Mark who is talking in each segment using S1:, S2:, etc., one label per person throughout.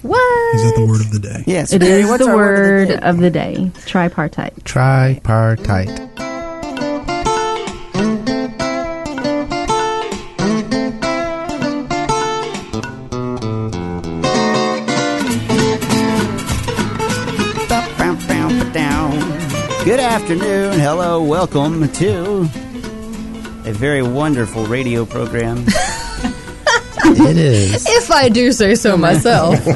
S1: What?
S2: Is that the word of the day?
S3: Yes.
S1: It
S3: Mary,
S1: is
S3: what's
S1: the
S3: our
S1: word
S3: day?
S1: of the day. Tripartite.
S4: Tripartite.
S3: Good afternoon. Hello. Welcome to a very wonderful radio program.
S4: It is.
S5: If I do say so myself.
S3: to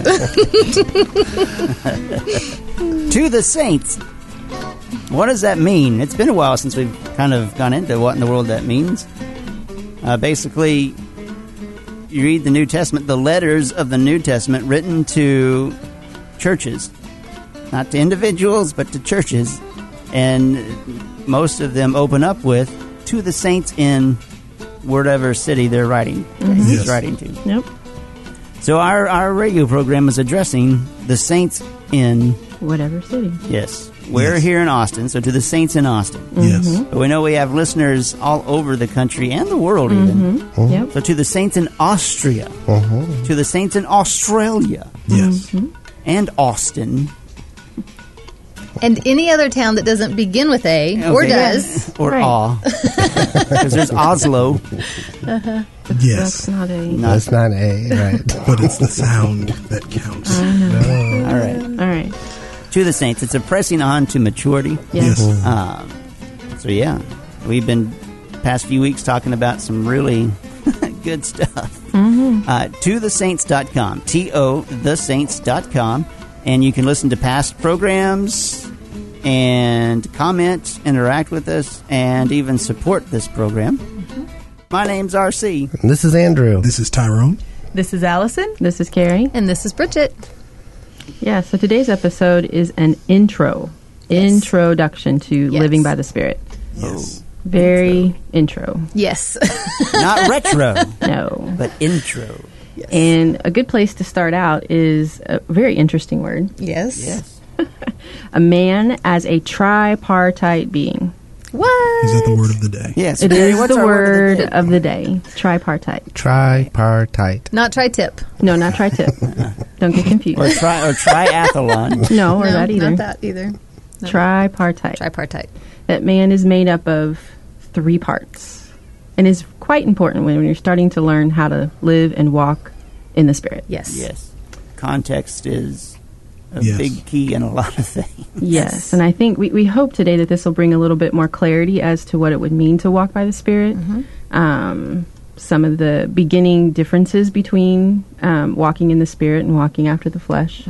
S3: the Saints. What does that mean? It's been a while since we've kind of gone into what in the world that means. Uh, basically, you read the New Testament, the letters of the New Testament written to churches, not to individuals, but to churches. And most of them open up with to the saints in whatever city they're writing, he's
S2: Yes.
S3: writing to.
S1: Yep.
S3: So our, our radio program is addressing the saints in
S1: Whatever city.
S3: Yes. We're
S2: Yes.
S3: here in Austin, so to the Saints in Austin.
S1: Mm-hmm.
S3: Mm-hmm.
S2: Yes.
S3: But we know we have listeners all over the country and the world, even.
S2: Mm-hmm.
S1: Yep.
S3: So to the Saints in Austria,
S4: Uh-huh.
S3: to the Saints in Australia,
S2: Yes.
S1: Mm-hmm.
S3: and Austin.
S5: and any other town that doesn't begin with A or
S3: Okay.
S5: does.
S3: Or
S1: Right.
S3: aw. Because there's Oslo.
S1: That's
S2: Yes.
S1: not a.
S4: That's not A, right?
S2: But it's the sound that counts.
S3: All right.
S1: All right.
S3: To the Saints. It's a pressing on to maturity.
S1: Yes. Uh,
S2: Yes.
S3: Um, so, yeah, we've been past few weeks talking about some really good stuff. Uh, to the saints.com, T O the saints.com, and you can listen to past programs and comment, interact with us, and even support this program. My name's RC.
S4: And this is Andrew.
S2: This is Tyrone.
S6: This is Allison.
S1: This is Carrie.
S5: And this is Bridget.
S1: Yeah, so today's episode is an intro. Introduction to
S5: Yes.
S1: Living by the Spirit.
S2: Yes.
S1: Very intro.
S5: Yes.
S3: Oh. Not retro,
S1: No.
S3: but intro.
S1: And a good place to start out is a very interesting word.
S5: yes.
S3: Yes.
S1: A man as a tripartite being.
S5: What?
S2: Is that the word of the day?
S3: Yes.
S1: It
S3: Mary,
S1: is
S3: what's
S1: the
S3: our word
S1: word
S3: of the day?
S1: of the day. Tripartite.
S4: Tripartite.
S5: Not tri tip.
S1: No, not tri tip. Don't get confused.
S3: Or, tri- or triathlon.
S1: no, or
S5: no,
S1: that either.
S5: Not that either.
S1: Tripartite.
S5: Tripartite.
S1: that man is made up of three parts and is quite important when you're starting to learn how to live and walk in the spirit.
S5: Yes.
S3: yes. Context is a
S2: Yes.
S3: big key in a lot of things.
S1: Yes. And I think we, we hope today that this will bring a little bit more clarity as to what it would mean to walk by the Spirit. Um, some of the beginning differences between um, walking in the Spirit and walking after the flesh.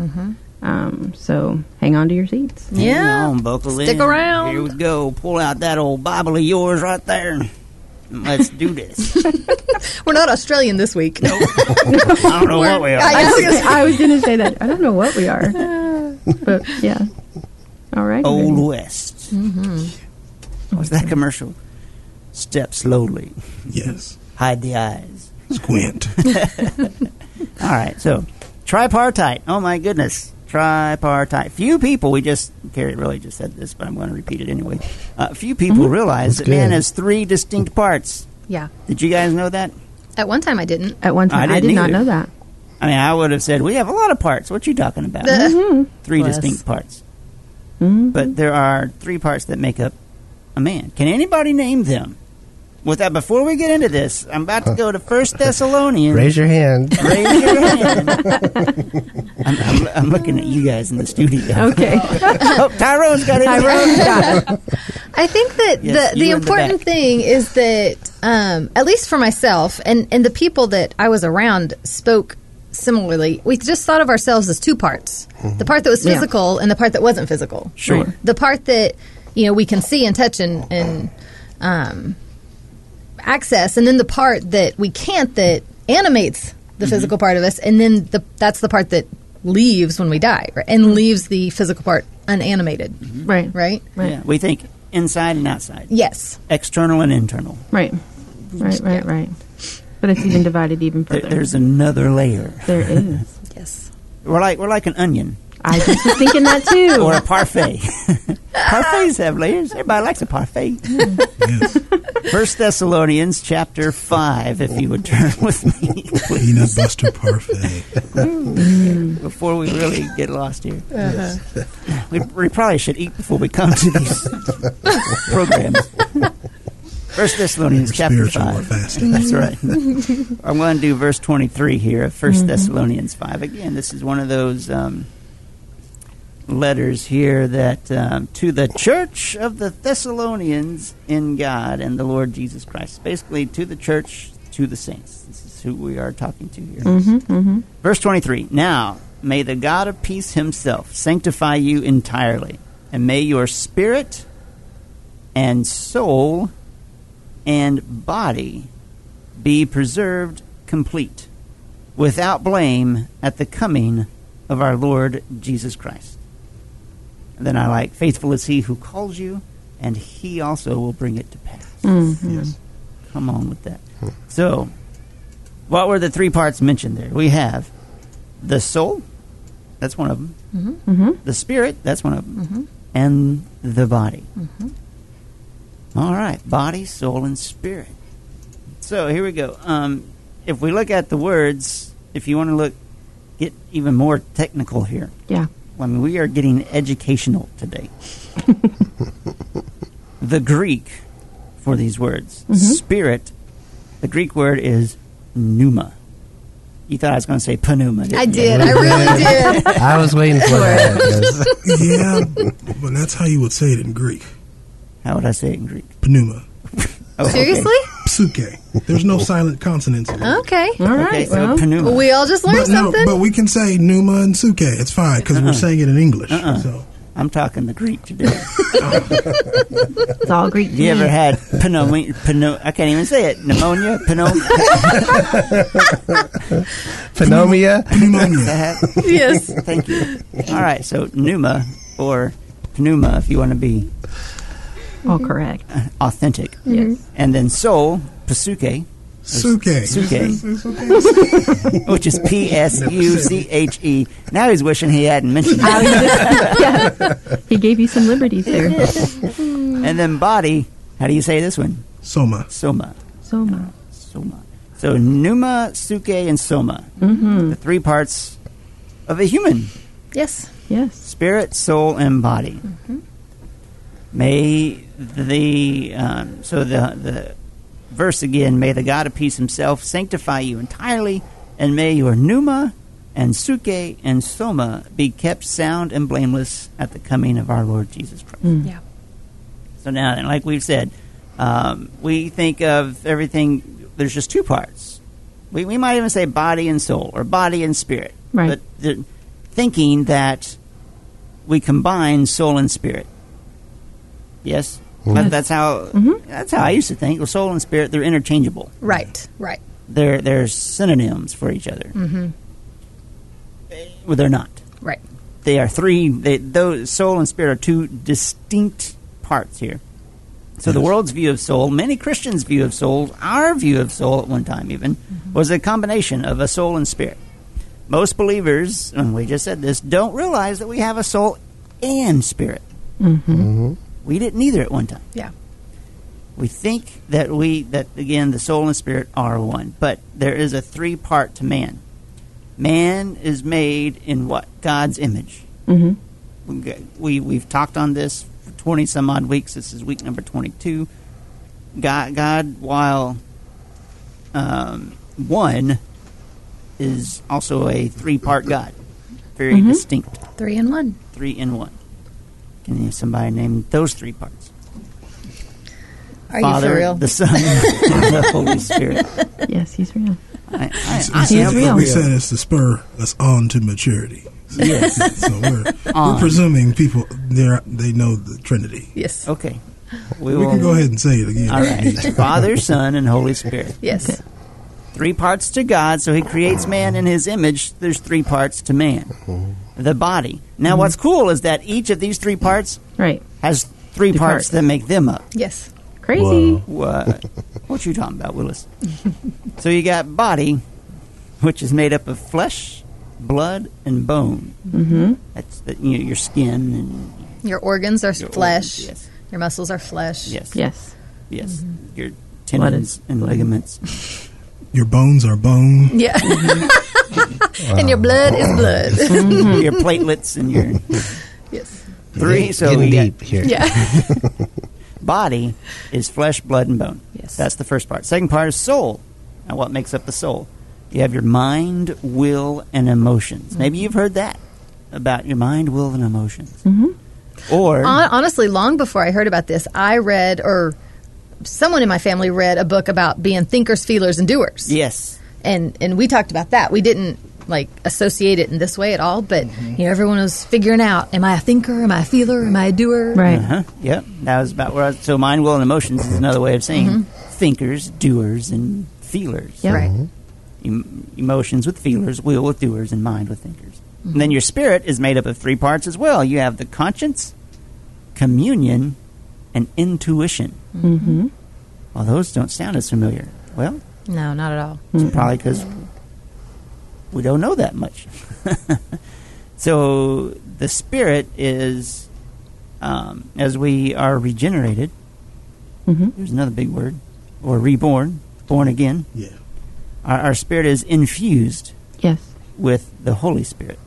S1: Um, so hang on to your seats.
S3: Hang
S5: Yeah.
S3: on, buckle
S5: Stick
S3: in.
S5: around.
S3: Here we go. Pull out that old Bible of yours right there. Let's do this.
S5: We're not Australian this week.
S3: I don't know what we are.
S5: I
S1: I
S5: know.
S1: was gonna- I was going to say that. I don't know what we are. But yeah. All right.
S3: Old West.
S5: Mm-hmm.
S3: What was that commercial? Step slowly.
S2: Yes.
S3: Hide the eyes.
S2: Squint.
S3: All right. So, tripartite. Oh my goodness. Tripartite. Few people. We just Carrie really just said this, but I'm going to repeat it anyway. Uh, few people realize that
S4: Mm-hmm. That's
S3: man
S4: good.
S3: has three distinct parts.
S5: yeah.
S3: Did you guys know that?
S5: At one time I didn't.
S1: At one
S3: I
S1: time, I,
S3: didn't
S1: did not
S3: either.
S1: know that.
S3: I mean, I would have said we have a lot of parts. What you talking about? Three
S5: Bless.
S3: distinct parts.
S4: Mm-hmm.
S3: But there are three parts that make up a man. Can anybody name them? With that, before we get into this, I'm about to go to First Thessalonians.
S4: Raise your hand.
S3: Raise your hand. I'm, I'm, I'm looking at you guys in the studio.
S1: Okay.
S3: oh, Tyrone's got it.
S1: Tyrone got it.
S5: I think that
S3: Yes,
S5: the,
S3: you in the
S5: the important
S3: back.
S5: thing is that, um, at least for myself and, and the people that I was around spoke similarly. We just thought of ourselves as two parts the part that was
S1: Yeah.
S5: physical and the part that wasn't physical.
S3: Mm-hmm. Sure.
S5: The part that, you know, we can see and touch and, and um, access, and then the part that we can't that animates the
S3: Mm-hmm.
S5: physical part of us, and then the, that's the part that leaves when we die right? and leaves the physical part unanimated,
S3: Mm-hmm.
S1: Right. Right.
S5: right?
S3: Yeah, we think inside and outside,
S5: Yes.
S3: external and internal.
S1: Right. Right. Right. Right. But it's even divided even
S3: There,
S1: further.
S3: there's another layer.
S1: There is.
S5: Yes.
S3: We're like we're like an onion.
S1: I just was thinking that
S3: or a
S1: too.
S3: parfait. Parfaits have layers. Everybody likes a parfait.
S2: yes.
S3: First Thessalonians chapter five, if you would turn with me please,
S2: Peanut Buster Parfait.
S3: before we really get lost here. We, we probably should eat before we come to these programs. First Thessalonians
S2: We're
S3: chapter
S2: spiritual, we're
S3: five.
S2: fasting.
S3: That's right. I'm going to do verse 23 here of 1st Thessalonians 5. Again, this is one of those um, letters here that um, to the church of the Thessalonians in God and the Lord Jesus Christ. Basically, to the church, to the saints. This is who we are talking to here. Verse 23 Now, may the God of peace himself sanctify you entirely, and may your spirit and soul and body be preserved complete, without blame at the coming of our Lord Jesus Christ. And then I like, faithful is he who calls you, and he also will bring it to pass.
S2: Yes.
S3: Come on with that. So, what were the three parts mentioned there? We have the soul, that's one of them. The spirit, that's one of them. And the body. All right, body, soul, and spirit. So here we go. Um, if we look at the words, if you want to look, get even more technical here.
S7: Yeah.
S3: I mean, we are getting educational today. the Greek for these words,
S7: Mm-hmm.
S3: spirit, the Greek word is pneuma. You thought I was going to say pneuma. didn't
S5: I
S3: you?
S5: did. I really did.
S4: I was waiting for that. Yes.
S2: yeah, but that's how you would say it in Greek.
S3: How would I say it in Greek?
S2: Pneuma.
S3: Oh, okay.
S5: Seriously?
S2: Psuke. There's no silent consonants. in it.
S5: Okay.
S7: All
S3: Okay,
S7: right.
S3: so
S7: well,
S3: pneuma.
S5: Well, we all just learned
S2: But no,
S5: something.
S2: but we can say pneuma and suke. It's fine because
S1: Uh-uh.
S2: we're saying it in English. So
S3: I'm talking the Greek today.
S7: it's all Greek.
S3: you ever had pneumonia? Pneu- I can't even say it. Pneumonia? Pneumonia?
S4: Phenomia.
S2: pneumonia.
S5: yes.
S3: Thank you. All right, so pneuma or pneuma if you want to be
S7: all correct.
S3: authentic.
S7: Yes.
S3: And then soul, pasuke,
S2: Suke.
S3: Suke.
S2: It's okay.
S3: which is P S U C H E. Now he's wishing he hadn't mentioned it.
S7: He gave you some liberties there.
S3: And then body, how do you say this one?
S2: Soma.
S3: Soma.
S7: So much.
S3: Soma. So pneuma, suke, and soma. Mm-hmm. The three parts of a human.
S5: Yes.
S7: Yes.
S3: spirit, soul, and body. May the um, so the the verse again. May the God of peace Himself sanctify you entirely, and may your pneuma and suke and soma be kept sound and blameless at the coming of our Lord Jesus Christ.
S1: Mm.
S5: Yeah.
S3: So now, then, like we've said, um, we think of everything. There's just two parts. We, we might even say body and soul, or body and spirit.
S7: Right.
S3: But the, thinking that we combine soul and spirit. Yes. But that's how that's how I used to think. Well, soul and spirit they're interchangeable.
S5: Right. Right.
S3: They're they're synonyms for each other. Mm-hmm. Well, they're not
S5: Right.
S3: they are three. They, those soul and spirit are two distinct parts here. So the world's view of soul, many Christians' view of soul, our view of soul at one time even was a combination of a soul and spirit. Most believers, and we just said this, don't realize that we have a soul and spirit. We didn't either at one time.
S5: Yeah.
S3: We think that we that again the soul and spirit are one, but there is a three part to man. Man is made in what God's image. Mm-hmm. We we've talked on this for twenty some odd weeks. This is week number twenty two. God, God, while um, one is also a three part God, very distinct,
S5: Three and one.
S3: three in one. Can you somebody name those three parts?
S5: Are
S3: Father,
S5: you for real?
S3: the Son, and the Holy Spirit.
S7: Yes, he's real.
S3: I, I,
S2: So
S3: I
S2: we
S3: am
S2: said-
S7: real.
S2: We said it's to spur us on to maturity. So, so we're, we're
S3: On.
S2: presuming people they're- they know the Trinity.
S5: yes.
S3: Okay.
S2: We can go ahead and say it again.
S3: All right. Father, Son, and Holy Spirit.
S5: Yes.
S3: Three parts to God, so He creates man in His image. There's three parts to man the body. Now,
S2: Mm-hmm.
S3: what's cool is that each of these three parts
S7: Right.
S3: has three
S7: Three
S3: parts
S7: parts.
S3: that make them up.
S5: Yes.
S7: Crazy.
S3: What? what you talking about, Willis? so you got body, which is made up of flesh, blood, and bone. Mm-hmm. That's the, you know, your skin and
S5: Your organs are
S3: Your
S5: flesh.
S3: organs, yes.
S5: Your muscles are flesh.
S3: yes,
S7: Yes.
S3: Yes, your
S7: Blood
S3: tendons
S7: is-
S3: and
S7: blood.
S3: ligaments.
S2: Your bones are bone.
S5: Yeah.
S3: Mm-hmm.
S5: and your blood is blood.
S3: your platelets and your
S5: yes.
S3: three. So
S4: Getting
S3: we got
S4: deep here.
S5: Yeah.
S3: body is flesh, blood, and bone.
S5: Yes.
S3: that's the first part. Second part is soul, and what makes up the soul. You have your mind, will, and emotions. Maybe you've heard that about your mind, will, and emotions. Mm-hmm. Or
S5: Hon- Honestly, long before I heard about this, I read or someone in my family read a book about being thinkers, feelers, and doers.
S3: yes,
S5: and and we talked about that. We didn't like associate it in this way at all, but you know, everyone was figuring out: am I a thinker? Am I a feeler? Am I a doer?
S7: Right.
S3: Uh-huh. Yep. That was about where I was. So mind, will, and emotions is another way of saying thinkers, doers, and feelers.
S7: Yep.
S5: Right.
S3: Em- emotions with feelers, will with doers, and mind with thinkers. And then your spirit is made up of three parts as well. You have the conscience, communion, and intuition. Mm-hmm. Well, those don't sound as familiar. Well,
S5: No, not at all.
S3: it's probably because we don't know that much. so the spirit is, um, as we are regenerated,
S7: Mhm.
S3: there's another big word, or reborn, born again.
S2: Yeah.
S3: Our, our spirit is infused
S7: Yes.
S3: with the Holy Spirit.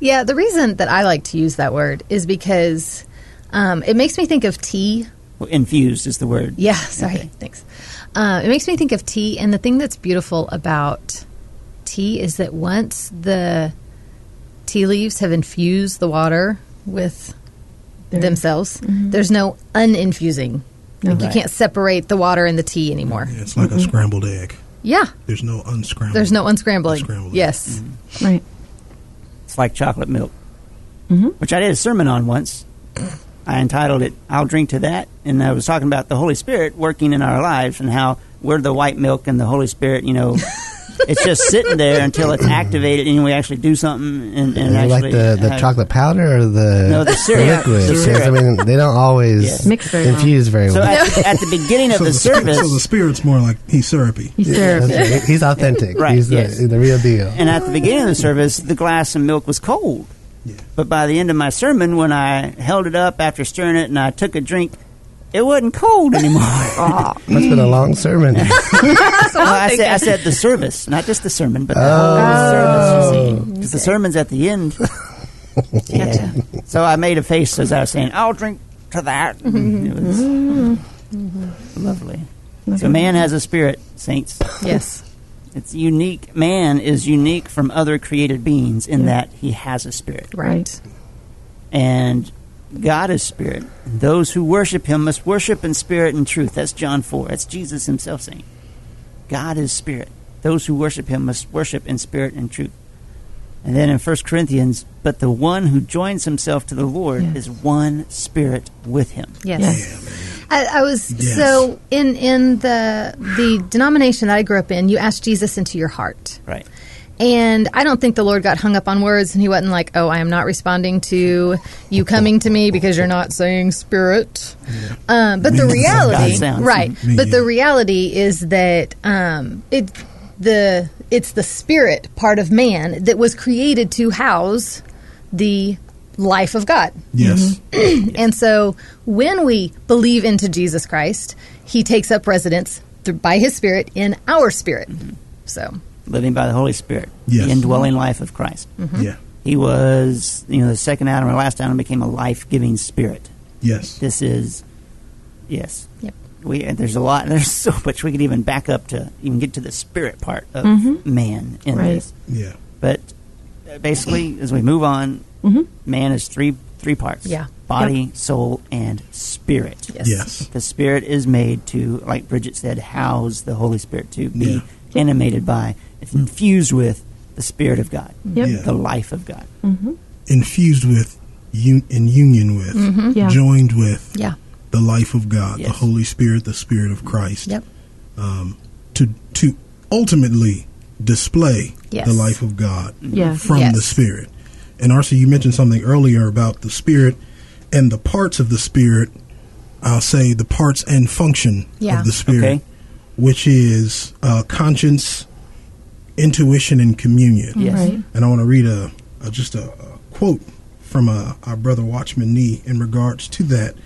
S5: Yeah, the reason that I like to use that word is because um, it makes me think of tea.
S3: Well, infused is the word.
S5: Yeah, sorry.
S3: Okay.
S5: Thanks. Uh, it makes me think of tea, and the thing that's beautiful about tea is that once the tea leaves have infused the water with themselves, there's no uninfusing. Like you
S3: Right.
S5: can't separate the water and the tea anymore.
S2: Yeah, it's like a scrambled egg.
S5: Yeah,
S2: There's no unscrambled.
S5: there's no unscrambling.
S2: Unscrambling.
S5: Yes.
S7: Right.
S3: It's like chocolate milk, which I did a sermon on once. I entitled it "I'll Drink to That," and I was talking about the Holy Spirit working in our lives and how we're the white milk and the Holy Spirit. You know, it's just sitting there until it's activated and we actually do something. And, and
S4: You like
S3: actually,
S4: the, the
S3: have-
S4: chocolate powder or the,
S3: No, the syrup.
S4: liquid?
S3: The
S4: 'Cause, I
S3: syrup.
S4: mean, they don't always
S3: Yes.
S7: Mix very well.
S4: infuse very
S3: So
S4: well.
S3: at, the- at the beginning of
S2: so
S3: the
S2: spirit- so the
S3: service,
S2: spirit's more like he's syrupy.
S7: He's
S4: That's
S7: served.
S4: right. He's authentic.
S3: Right,
S4: He's the,
S3: yes.
S4: the real deal.
S3: and at the beginning of the service, the glass of milk was cold.
S2: Yeah.
S3: But by the end of my sermon, when I held it up after stirring it and I took a drink, it wasn't cold anymore.
S4: Must have been a long sermon.
S3: Well, I, said, I said the service, not just the sermon, but the whole service. Because the sermon's at the end. yeah. So I made a face as I was saying, "I'll drink to that." It was lovely. So man has a spirit, saints.
S5: Yes.
S3: It's unique. Man is unique from other created beings in that he has a spirit,
S5: Right.
S3: and God is spirit. Those who worship Him must worship in spirit and truth. That's John four. That's Jesus Himself saying. God is spirit. Those who worship him must worship in spirit and truth. And then in 1 Corinthians, but the one who joins himself to the Lord
S7: Yes.
S3: is one spirit with him.
S5: Yes.
S7: Yes.
S5: I, I was
S2: Yes.
S5: so in in the the denomination that I grew up in. You asked Jesus into your heart,
S3: Right.
S5: and I don't think the Lord got hung up on words, and He wasn't like, "Oh, I am not responding to you coming to me because you're not saying spirit." Um, but the
S2: Me neither.
S5: reality,
S3: God sounds.
S5: right?
S2: Me
S5: But the
S2: neither.
S5: reality is that um, it the it's the spirit part of man that was created to house the life of God.
S2: Yes.
S5: And so when we believe into Jesus Christ, he takes up residence thr by his spirit in our spirit.
S2: Mm-hmm.
S5: So,
S3: Living by the Holy Spirit,
S2: Yes.
S3: the indwelling life of Christ.
S2: Yeah.
S3: He was, you know, the second Adam or last Adam became a life giving spirit.
S2: Yes.
S3: This is, yes.
S5: Yep.
S3: We, and there's a lot, there's so much we could even back up to, even get to the spirit part of
S5: Mm-hmm.
S3: man in
S7: Right.
S3: this.
S2: Yeah.
S3: But uh, basically, as we move on, man is three three parts:
S5: Mm-hmm. Yeah.
S3: body, soul, and spirit.
S5: yes.
S2: Yes.
S3: The spirit is made to, like Bridget said, house the Holy Spirit to be
S2: Yeah.
S3: animated by, it's infused with the Spirit of God,
S7: Yep.
S2: Yeah.
S3: the life of God.
S2: Infused with, un- in union with,
S7: Yeah.
S2: joined with
S5: Yeah.
S2: the life of God, the
S3: Yes.
S2: Holy Spirit, the Spirit of Christ.
S5: Yep.
S2: Um, to to ultimately display
S5: Yes.
S2: the life of God
S7: Yes.
S2: from
S5: Yes.
S2: the Spirit. And Arcee, you mentioned something earlier about the Spirit and the parts of the Spirit. I'll say the parts and function
S5: Yeah.
S2: of the Spirit,
S3: Okay.
S2: which is uh, conscience, intuition, and communion.
S3: Yes.
S7: Right.
S2: And I want to read a, a just a, a quote from uh, our brother Watchman Nee in regards to that,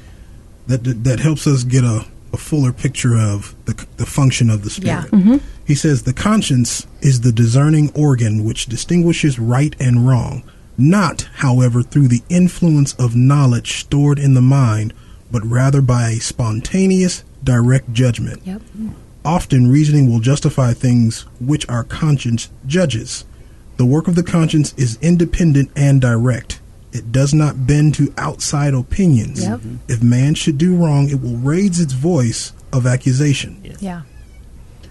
S2: that that helps us get a a fuller picture of the, c- the function of the
S5: Yeah. Mm-hmm.
S2: spirit. He says the conscience is the discerning organ which distinguishes right and wrong, not, however, through the influence of knowledge stored in the mind, but rather by a spontaneous, direct judgment.
S5: Yep.
S2: Often reasoning will justify things which our conscience judges. The work of the conscience is independent and direct. It does not bend to outside opinions.
S5: Yep.
S2: If man should do wrong, it will raise its voice of accusation.
S5: Yeah.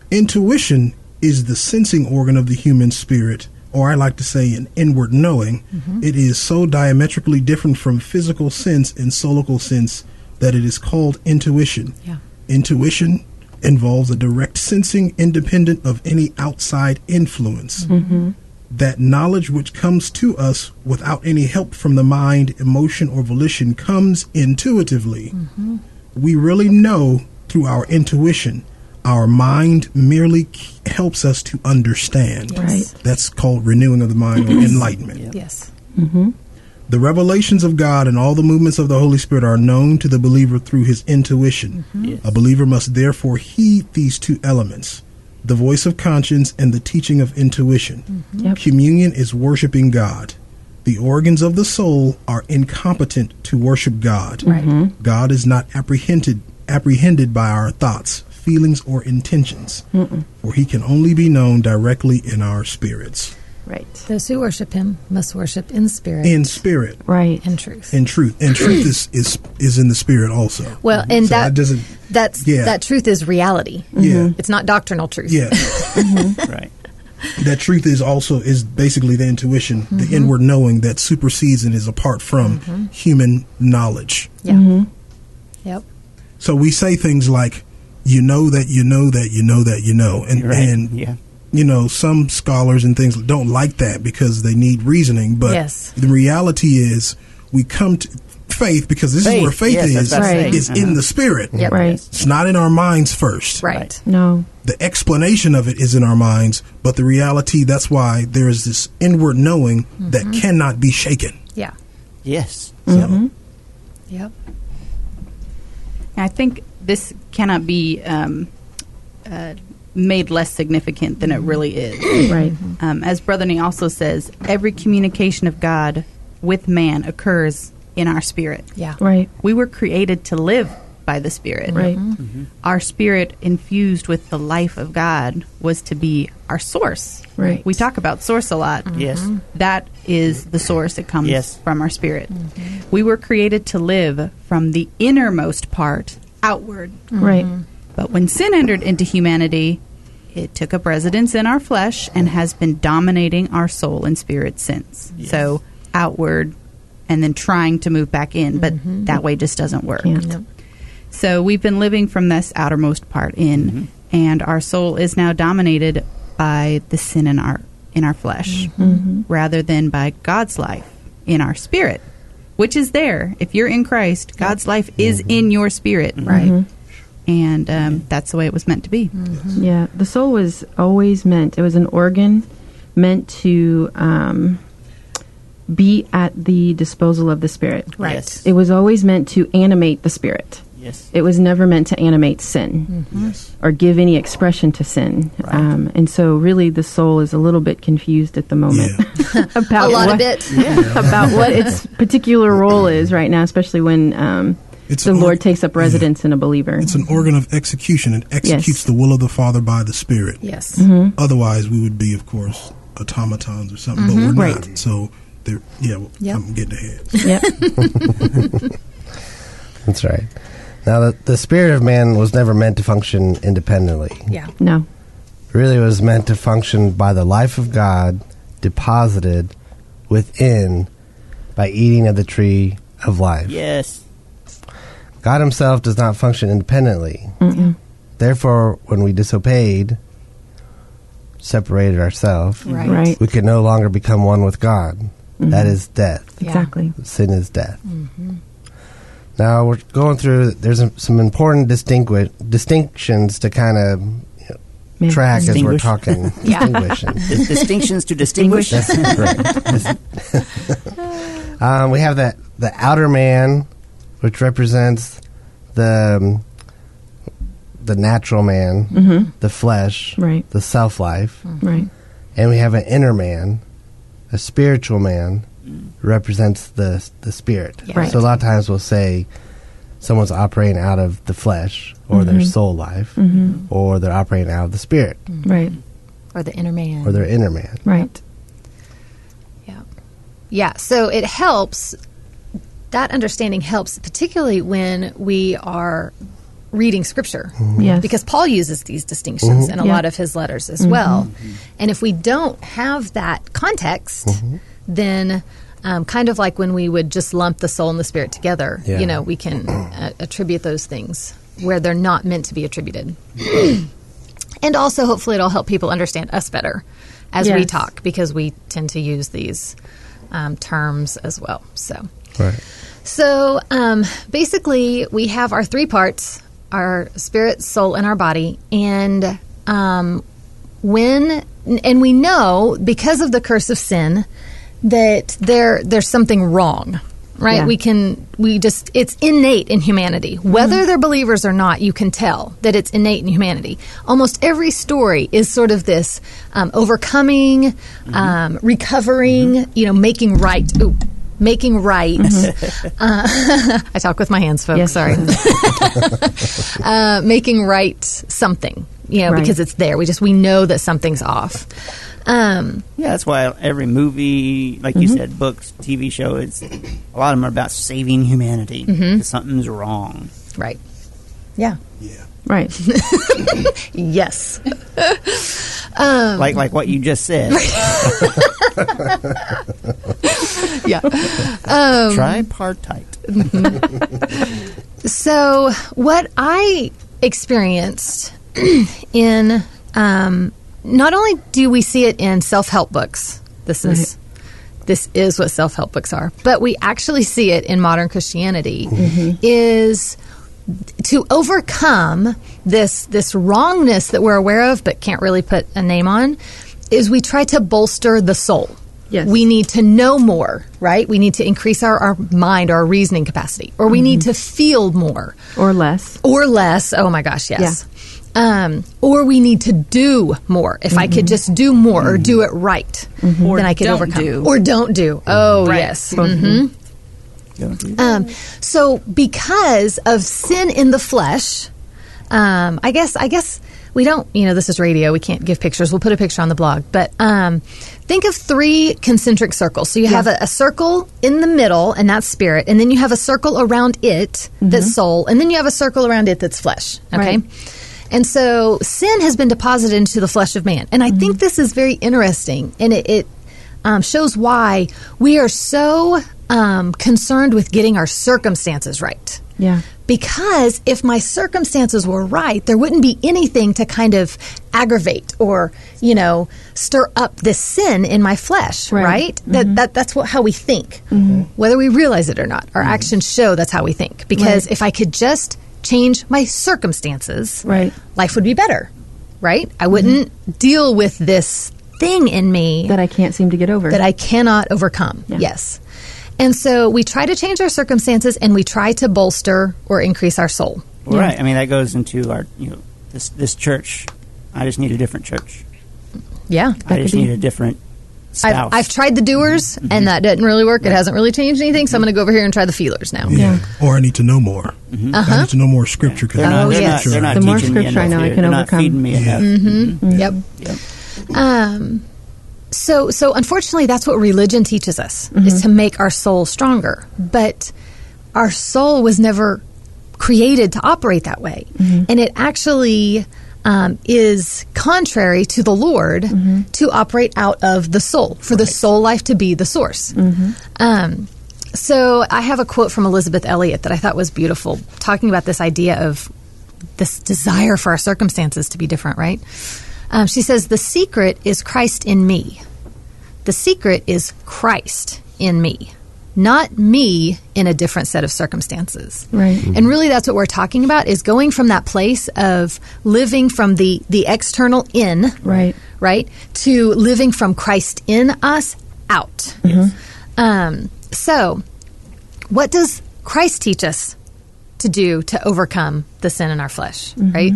S2: Intuition is the sensing organ of the human spirit, or I like to say an inward knowing. It is so diametrically different from physical sense and solical sense that it is called intuition.
S5: Yeah.
S2: Intuition involves a direct sensing independent of any outside influence. That knowledge which comes to us without any help from the mind, emotion, or volition comes intuitively we really know through our intuition. Our mind merely k- helps us to understand.
S7: Yes.
S2: That's called renewing of the mind or enlightenment.
S5: Yes.
S2: The revelations of God and all the movements of the Holy Spirit are known to the believer through his intuition. A believer must therefore heed these two elements the voice of conscience and the teaching of intuition.
S7: Yep.
S2: Communion is worshiping God. The organs of the soul are incompetent to worship God.
S5: Right.
S2: God is not apprehended apprehended by our thoughts, feelings, or intentions, for he can only be known directly in our spirits.
S7: Right.
S5: Those who worship him must worship in spirit
S2: In spirit.
S7: Right.
S5: and truth.
S2: and truth and truth is is is in the spirit also
S5: well, and
S2: So
S5: that,
S2: that doesn't
S5: that's
S2: yeah.
S5: that truth is reality. Mm-hmm.
S2: Yeah. Mhm.
S5: It's not doctrinal truth.
S2: yeah
S5: Mm-hmm.
S3: right.
S2: that truth is also is basically the intuition
S5: Mm-hmm.
S2: the inward knowing that supersedes and is apart from human knowledge
S5: Yeah.
S7: Mm-hmm.
S5: Yep.
S2: so we say things like you know that you know that you know that you know and
S3: Right.
S2: and
S3: yeah.
S2: you know some scholars and things don't like that because they need reasoning but
S5: Yes.
S2: the reality is we come to faith because this is
S3: Faith,
S2: where faith
S3: yes, that's
S2: is
S3: what Uh-huh.
S7: I'm saying.
S2: is in the spirit
S5: Yep.
S7: Right.
S2: it's not in our minds first
S5: Right.
S3: Right.
S7: No.
S2: the explanation of it is in our minds, but the reality, that's why there is this inward knowing that
S7: Mm-hmm.
S2: cannot be shaken.
S5: Yeah.
S3: Yes. Mm-hmm.
S2: So,
S5: Yep.
S8: I think this cannot be um, uh, made less significant than it really is.
S7: Right.
S5: Mm-hmm.
S8: Um, as Brother Nee also says, every communication of God with man occurs in our spirit.
S5: Yeah.
S7: Right.
S8: We were created to live by the Spirit.
S7: Right.
S3: Mm-hmm.
S7: Mm-hmm.
S8: Our spirit infused with the life of God was to be our source.
S7: Right. Mm-hmm.
S8: We talk about source a lot.
S3: Yes.
S8: That is the source that comes
S3: Yes.
S8: from our spirit.
S7: Mm-hmm.
S8: We were created to live from the innermost part outward.
S7: Right.
S5: Mm-hmm.
S8: But when sin entered into humanity, it took up residence in our flesh and has been dominating our soul and spirit since. So outward and then trying to move back in, but that way just doesn't work.
S7: Can't.
S8: So we've been living from this outermost part in, and our soul is now dominated by the sin in our in our flesh, rather than by God's life in our spirit, which is there. If you're in Christ, God's life is in your spirit, right? And um, that's the way it was meant to be.
S7: Yeah, the soul was always meant. It was an organ meant to um, be at the disposal of the spirit.
S5: Right.
S3: Yes.
S7: It was always meant to animate the spirit.
S3: yes.
S7: It was never meant to animate sin or give any expression to sin. Um, and so, really, the soul is a little bit confused at the moment
S5: A
S7: about
S5: lot
S7: what,
S5: of it.
S7: about what its particular role is right now, especially when um,
S2: It's
S7: the
S2: an
S7: Lord
S2: org-
S7: takes up
S2: yeah.
S7: residence in a believer.
S2: It's an organ of execution. It executes
S7: Yes.
S2: the will of the Father by the Spirit.
S5: Yes.
S7: Mm-hmm.
S2: Otherwise, we would be, of course, automatons or something, but we're not.
S7: Mm-hmm. Right.
S2: So, there, yeah, well,
S5: Yep.
S2: I'm getting ahead.
S7: yep.
S4: That's right. Now, the, the spirit of man was never meant to function independently.
S5: Yeah.
S7: No.
S4: really was meant to function by the life of God deposited within by eating of the tree of life.
S3: Yes.
S4: God Himself does not function independently. Therefore, when we disobeyed, separated ourselves,
S5: Right.
S7: Right.
S4: we could no longer become one with God. That is death.
S5: Yeah.
S7: Exactly.
S4: Sin is death. Now we're going through. There's a- some important distinguish, distinctions to kind of you know,
S7: Yeah.
S4: track as we're
S3: Distinguish.
S4: talking.
S5: Yeah.
S4: Distinguishing.
S3: Dis- distinctions to distinguish.
S4: That's correct. um, we have that the outer man, which represents the um, the natural man, the flesh,
S7: Mm-hmm. Right. Mm.
S4: the self life,
S7: Right.
S4: and we have an inner man, a spiritual man, represents the the spirit.
S7: Yeah. Right.
S4: So a lot of times we'll say someone's operating out of the flesh or
S7: Mm-hmm.
S4: their soul life, or they're operating out of the spirit
S7: Right.
S5: or the inner man.
S7: Mm-hmm.
S4: or their inner man.
S7: Right.
S5: Yeah. Yeah. So it helps. That understanding helps, particularly when we are reading scripture.
S7: Yes.
S5: Because Paul uses these distinctions in a
S7: Yeah.
S5: lot of his letters as well. And if we don't have that context, then. Um, kind of like when we would just lump the soul and the spirit together,
S4: Yeah.
S5: you know, we can uh, attribute those things where they're not meant to be attributed. and also, hopefully, it'll help people understand us better as we
S7: Yes.
S5: talk because we tend to use these um, terms as well. So,
S4: Right.
S5: so um, basically, we have our three parts: our spirit, soul, and our body. And um, when and we know because of the curse of sin that there there's something wrong. Right,
S7: Yeah.
S5: we can we just it's innate in humanity. Whether they're believers or not, you can tell that it's innate in humanity. Almost every story is sort of this um, overcoming, um, recovering, you know, making right. Ooh, making right. Uh, I talk with my hands, folks.
S7: Yes.
S5: Sorry, uh, making right something. You know,
S7: Right.
S5: because it's there. We just we know that something's off. Um,
S3: Yeah, that's why every movie, like you said, books, TV show, it's a lot of them are about saving humanity. 'cause Something's wrong.
S5: right. Yeah.
S2: Yeah.
S7: Right.
S5: Yes.
S3: like like what you just said.
S5: yeah.
S3: Tripartite.
S5: So, what I experienced in um, not only do we see it in self help books, this is this is what self help books are, but we actually see it in modern Christianity is to overcome this this wrongness that we're aware of but can't really put a name on is we try to bolster the soul.
S7: Yes.
S5: We need to know more, right? We need to increase our, our mind, our reasoning capacity, or we need to feel more
S7: Mm-hmm. or less.
S5: or less. Oh my gosh, yes. Um, or we need to do more. If I
S7: Mm-hmm.
S5: could just do more or do it right,
S8: Or
S5: Mm-hmm. then I could
S8: don't
S5: overcome.
S8: do.
S5: Or don't do. Oh
S8: Right. Mm-hmm.
S5: yes. Mhm. Um, so because of sin in the flesh, um, I guess I guess we don't. You know, this is radio. We can't give pictures. We'll put a picture on the blog. But um, think of three concentric circles. So you have a, a circle in the middle, and that's spirit, and then you have a circle around it that's soul, and then you have a circle around it that's flesh. Okay.
S7: Right.
S5: And so sin has been deposited into the flesh of man. And I think this is very interesting. And it, it um, shows why we are so um, concerned with getting our circumstances right.
S7: Yeah.
S5: Because if my circumstances were right, there wouldn't be anything to kind of aggravate or, you know, stir up this sin in my flesh, right?
S7: Right. Mm-hmm.
S5: That, that that's what, how we think. Whether we realize it or not, our
S7: Mm-hmm.
S5: actions show that's how we think. Because if I could just change my circumstances,
S7: Right. Mm-hmm.
S5: life would be better, right? I wouldn't deal with this thing in me
S7: That I can't seem to get over.
S5: that I cannot overcome.
S7: Yeah.
S5: Yes. And so we try to change our circumstances and we try to bolster or increase our soul.
S3: Well, Right. I mean that goes into our you know this this church. I just need a different church.
S5: Yeah.
S3: I just
S7: could be-
S3: need a different spouse.
S5: I've, I've tried the doers and that didn't really work. It hasn't really changed anything. So I'm going to go over here and try the feelers now.
S2: Yeah. Or I need to know more.
S7: Uh-huh.
S2: I need to know more scripture. 'cause
S3: They're
S2: I'm
S3: not,
S5: Oh,
S3: they're
S5: yes.
S3: not, they're not
S7: The more
S3: teaching me
S7: scripture I
S3: enough
S7: know, I
S3: here.
S7: can
S3: They're
S7: overcome.
S3: Not feeding me
S2: Yeah.
S3: enough.
S5: Yep.
S3: Yep.
S5: Um, so, so unfortunately, that's what religion teaches us is to make our soul stronger. But our soul was never created to operate that way, and it actually um, is contrary to the Lord to operate out of the soul for the soul life to be the source. Um, so, I have a quote from Elizabeth Elliot that I thought was beautiful, talking about this idea of this desire for our circumstances to be different, right? Um, she says, The secret is Christ in me. The secret is Christ in me, not me in a different set of circumstances.
S7: Right.
S5: And really, that's what we're talking about is going from that place of living from the, the external in,
S7: Right.
S5: right, to living from Christ in us out.
S7: Mm-hmm.
S5: Um, so, what
S8: Mm-hmm.
S1: Mm-hmm.
S5: does Christ teach us to do to overcome the sin in our flesh, right?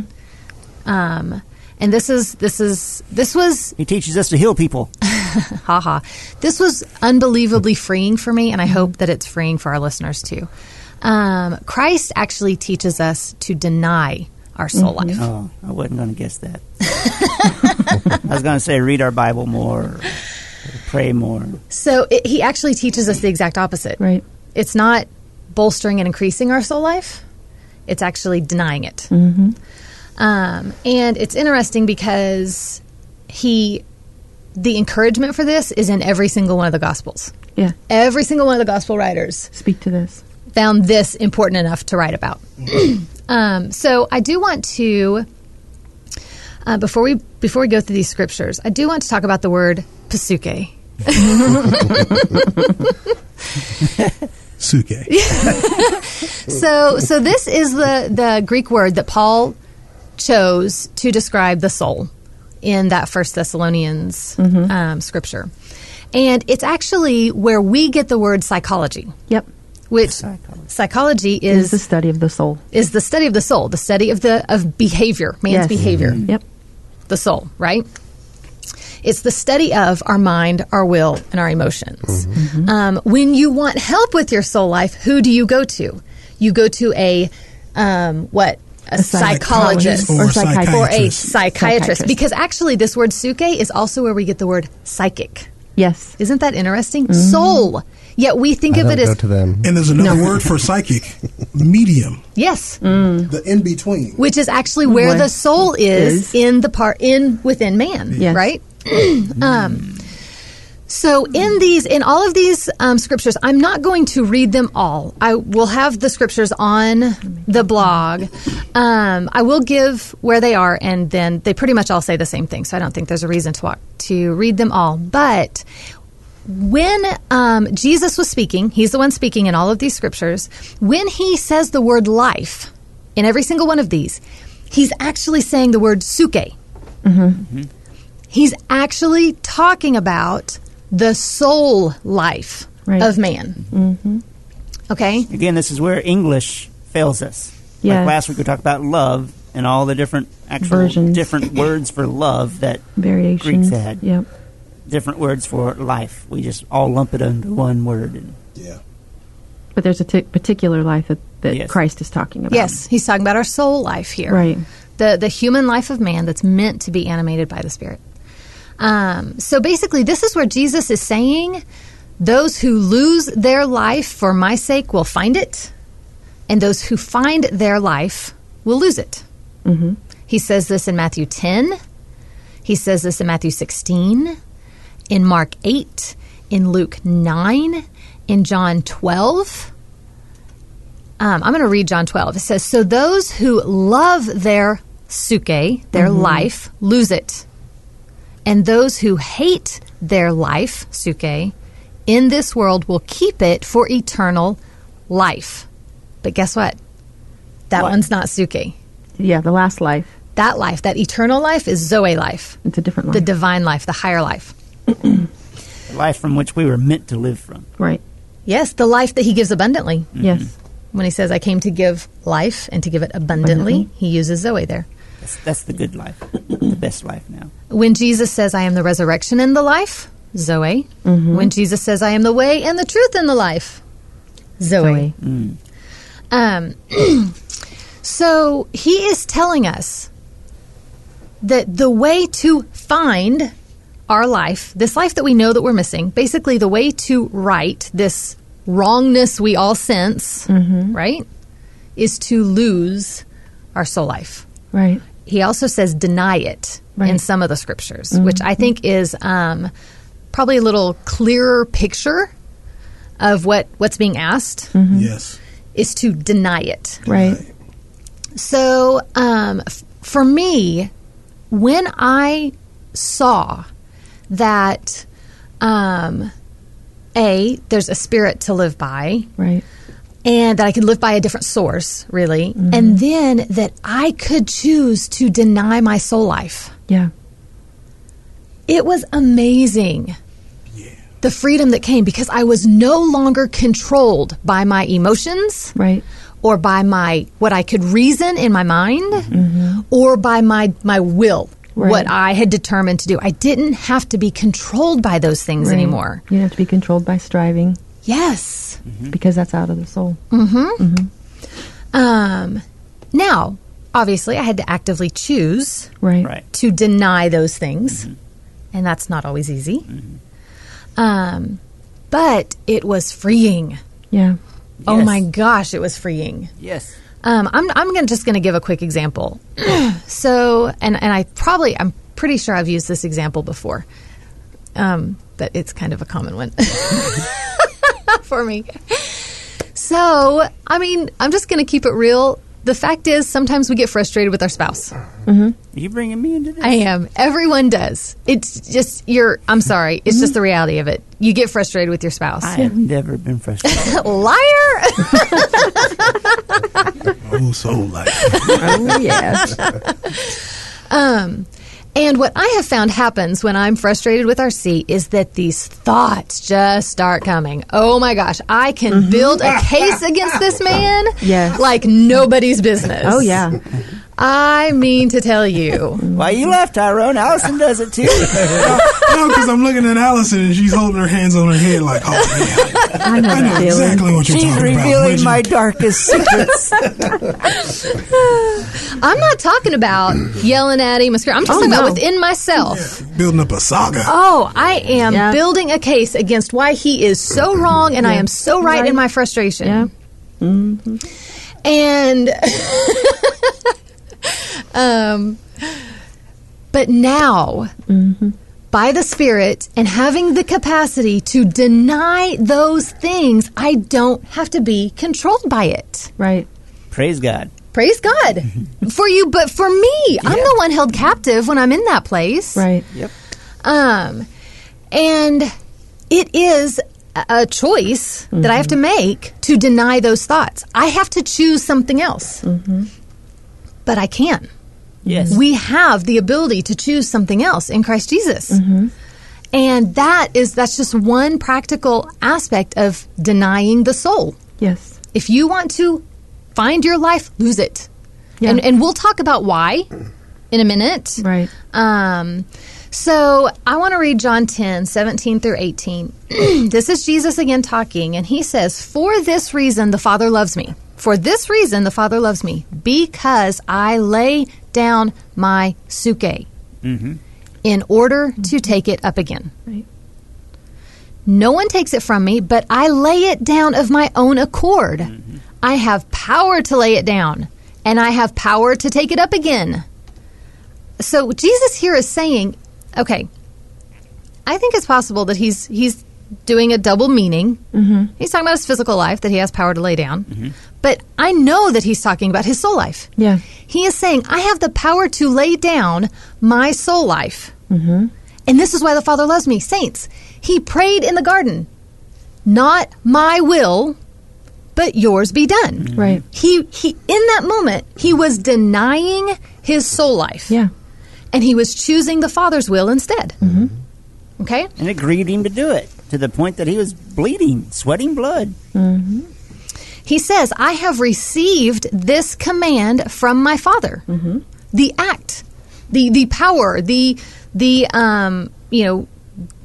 S5: Um, and this is this is this was
S3: He teaches us to heal people.
S5: haha. This was unbelievably freeing for me, and I hope that it's freeing for our listeners too. Um, Christ actually teaches us to deny our soul life.
S3: Oh, I wasn't going to guess that. I was going to say read our Bible more, pray more.
S5: So it, he actually teaches us the exact opposite.
S7: Right.
S5: It's not bolstering and increasing our soul life. It's actually denying it.
S7: Mm-hmm.
S5: Um, and it's interesting because he, the encouragement for this is in every single one of the gospels.
S7: Yeah.
S5: Every single one of the gospel writers
S7: Speak to this.
S5: found this important enough to write about. um, so I do want to, uh, before we before we go through these scriptures, I do want to talk about the word pasuke.
S2: Suke.
S5: So, so this is the the Greek word that Paul chose to describe the soul in that First Thessalonians
S7: Mm-hmm.
S5: um, scripture, and it's actually where we get the word psychology,
S7: Yep.
S5: which psychology
S7: Is the
S5: is
S7: study of the soul.
S5: is the study of the soul, the study of the of behavior, man's
S7: Yes. Mm-hmm.
S5: behavior,
S7: Yep.
S5: the soul, right? It's the study of our mind, our will, and our emotions. Um, when you want help with your soul life, who do you go to? You go to a um, what? A, psychologist
S7: psychologist
S2: or,
S7: or
S2: psychiatrist.
S7: psychiatrist.
S5: or a psychiatrist.
S7: Psychiatrist.
S5: Because actually, this word "suke" is also where we get the word psychic.
S7: Yes.
S5: Isn't that interesting? Soul. Yet we think
S4: I
S5: of
S4: don't
S5: it
S4: go
S5: as
S4: to them.
S2: and there's another word for psychic, medium,
S5: yes,
S2: the in between.
S5: which is actually where
S7: Where
S5: the soul is,
S7: is.
S5: in the part in within man,
S7: Yes.
S5: right? um, so in these, in all of these um, scriptures, I'm not going to read them all. I will have the scriptures on the blog. Um, I will give where they are, and then they pretty much all say the same thing. So I don't think there's a reason to walk, to read them all, but. When um, Jesus was speaking, he's the one speaking in all of these scriptures. When he says the word life, in every single one of these, he's actually saying the word suke. He's actually talking about the soul life
S7: Right. Mm-hmm.
S5: of man. Okay?
S3: Again, this is where English fails us. Like
S7: Yes.
S3: last week, we talked about love and all the different actual
S7: Versions.
S3: different words for love that
S7: Variations.
S3: Greeks had.
S7: Yep.
S3: Different words for life. We just all lump it under one word. And
S2: Yeah.
S7: But there's a t- particular life that, that
S3: Yes.
S7: Christ is talking about.
S5: Yes, he's talking about our soul life here.
S7: Right.
S5: The the human life of man that's meant to be animated by the Spirit. Um, so basically, this is where Jesus is saying, "Those who lose their life for my sake will find it, and those who find their life will lose it." He says this in Matthew ten. He says this in Matthew sixteen, in Mark eight, in Luke nine, in John twelve. Um, I'm going to read John 12. It says, So those who love their suke, their life, lose it. And those who hate their life, suke, in this world will keep it for eternal life. But guess what? That
S3: What?
S5: one's not suke.
S7: Yeah. The last life.
S5: That life, that eternal life, is Zoe life,
S7: It's a different
S5: the
S7: life.
S5: divine life, the higher life.
S3: the life from which we were meant to live from.
S7: right.
S5: Yes, the life that he gives abundantly.
S7: Yes.
S5: When he says, I came to give life and to give it abundantly,
S7: Abundantly.
S5: he uses Zoe there.
S3: That's, that's the good life, the best life now.
S5: When Jesus says, I am the resurrection and the life, Zoe. When Jesus says, I am the way and the truth and the life, Zoe. Um, so he is telling us that the way to find our life, this life that we know that we're missing, basically the way to right this wrongness we all sense, right, is to lose our soul life
S7: Right.
S5: he also says deny it in
S7: Right.
S5: some of the scriptures, which I think is um, probably a little clearer picture of what what's being asked
S2: Mm. Yes.
S5: is to deny it.
S7: Mm-hmm. Right.
S5: So um, f- for me, when I saw that um, a there's a spirit to live by,
S7: Right.
S5: and that I could live by a different source, really, and then that I could choose to deny my soul life.
S7: Yeah.
S5: It was amazing. The freedom that came because I was no longer controlled by my emotions
S7: Right.
S5: or by my what I could reason in my mind or by my my will what
S7: Mm-hmm. Right.
S5: I had determined to do. I didn't have to be controlled by those things
S7: Right.
S5: anymore.
S7: You have to be controlled by striving
S5: Yes.
S7: because that's out of the soul.
S5: Um now, obviously I had to actively choose
S7: Right.
S3: Right. Mm-hmm.
S5: to deny those things, and that's not always easy. Um, but it was freeing.
S7: Yeah.
S5: Oh
S3: Yes.
S5: my gosh, it was freeing.
S3: Yes.
S5: Um, I'm I'm gonna, just going to give a quick example. so, and and I probably I'm pretty sure I've used this example before, um, but it's kind of a common one for me. So, I mean, I'm just going to keep it real. The fact is, sometimes we get frustrated with our spouse.
S3: Are you bringing me into this?
S5: I am. Everyone does. It's just you're. I'm sorry. It's just the reality of it. You get frustrated with your spouse.
S3: I have never been frustrated.
S5: Liar.
S2: Oh, so like
S7: oh yes.
S5: Um, and what I have found happens when I'm frustrated with our seat is that these thoughts just start coming. Oh my gosh, I can build a case against this man
S7: Yes.
S5: like nobody's business.
S7: Oh yeah.
S5: I mean to tell you.
S3: Why you left, Tyrone? Allison does it too.
S2: no, because I'm looking at Allison and she's holding her hands on her head like, oh man,
S7: I know
S2: I
S7: that
S2: know
S7: feeling.
S2: exactly what you're
S3: She's
S2: talking about. Where'd
S3: revealing
S2: you-
S3: my darkest secrets.
S5: I'm not talking about yelling at him, and screaming. I'm just
S7: Oh,
S5: talking
S7: no.
S5: about within myself.
S2: building up a saga.
S5: Oh, I am
S7: Yeah.
S5: building a case against why he is so wrong and I am so right, in my frustration. Mm-hmm.
S7: Yeah.
S5: and um but now
S7: Mm-hmm.
S5: by the spirit and having the capacity to deny those things i don't have to be controlled by it
S7: Right.
S3: Praise God.
S5: praise god for you but for me i'm the one held captive when i'm in that place
S7: Right.
S5: um, and it is a- a choice that I have to make to deny those thoughts. I have to choose something else. But I can.
S3: Yes.
S5: We have the ability to choose something else in Christ Jesus. And that is that's just one practical aspect of denying the soul.
S7: Yes.
S5: If you want to find your life, lose it.
S7: Yeah.
S5: And and we'll talk about why in a minute.
S7: Right.
S5: Um, so I want to read John 10, 17 through 18. this is Jesus again talking, and he says, For this reason the Father loves me. For this reason the Father loves me, because I lay down my suke in order to take it up again.
S7: Right.
S5: No one takes it from me, but I lay it down of my own accord. I have power to lay it down, and I have power to take it up again so Jesus here is saying, okay, I think it's possible that he's he's doing a double meaning. Mm-hmm. He's talking about his physical life that he has power to lay down, but I know that he's talking about his soul life.
S7: Yeah.
S5: He is saying, I have the power to lay down my soul life. Mm-hmm. And this is why the Father loves me. Saints, he prayed in the garden, not my will, but yours be done.
S7: Right.
S5: He, he, in that moment, he was denying his soul life
S7: Yeah.
S5: and he was choosing the father's will instead. Okay?
S3: And it grieved him to do it to the point that he was bleeding, sweating blood.
S5: He says, I have received this command from my father. The act, the, the power, the, the, um, you know,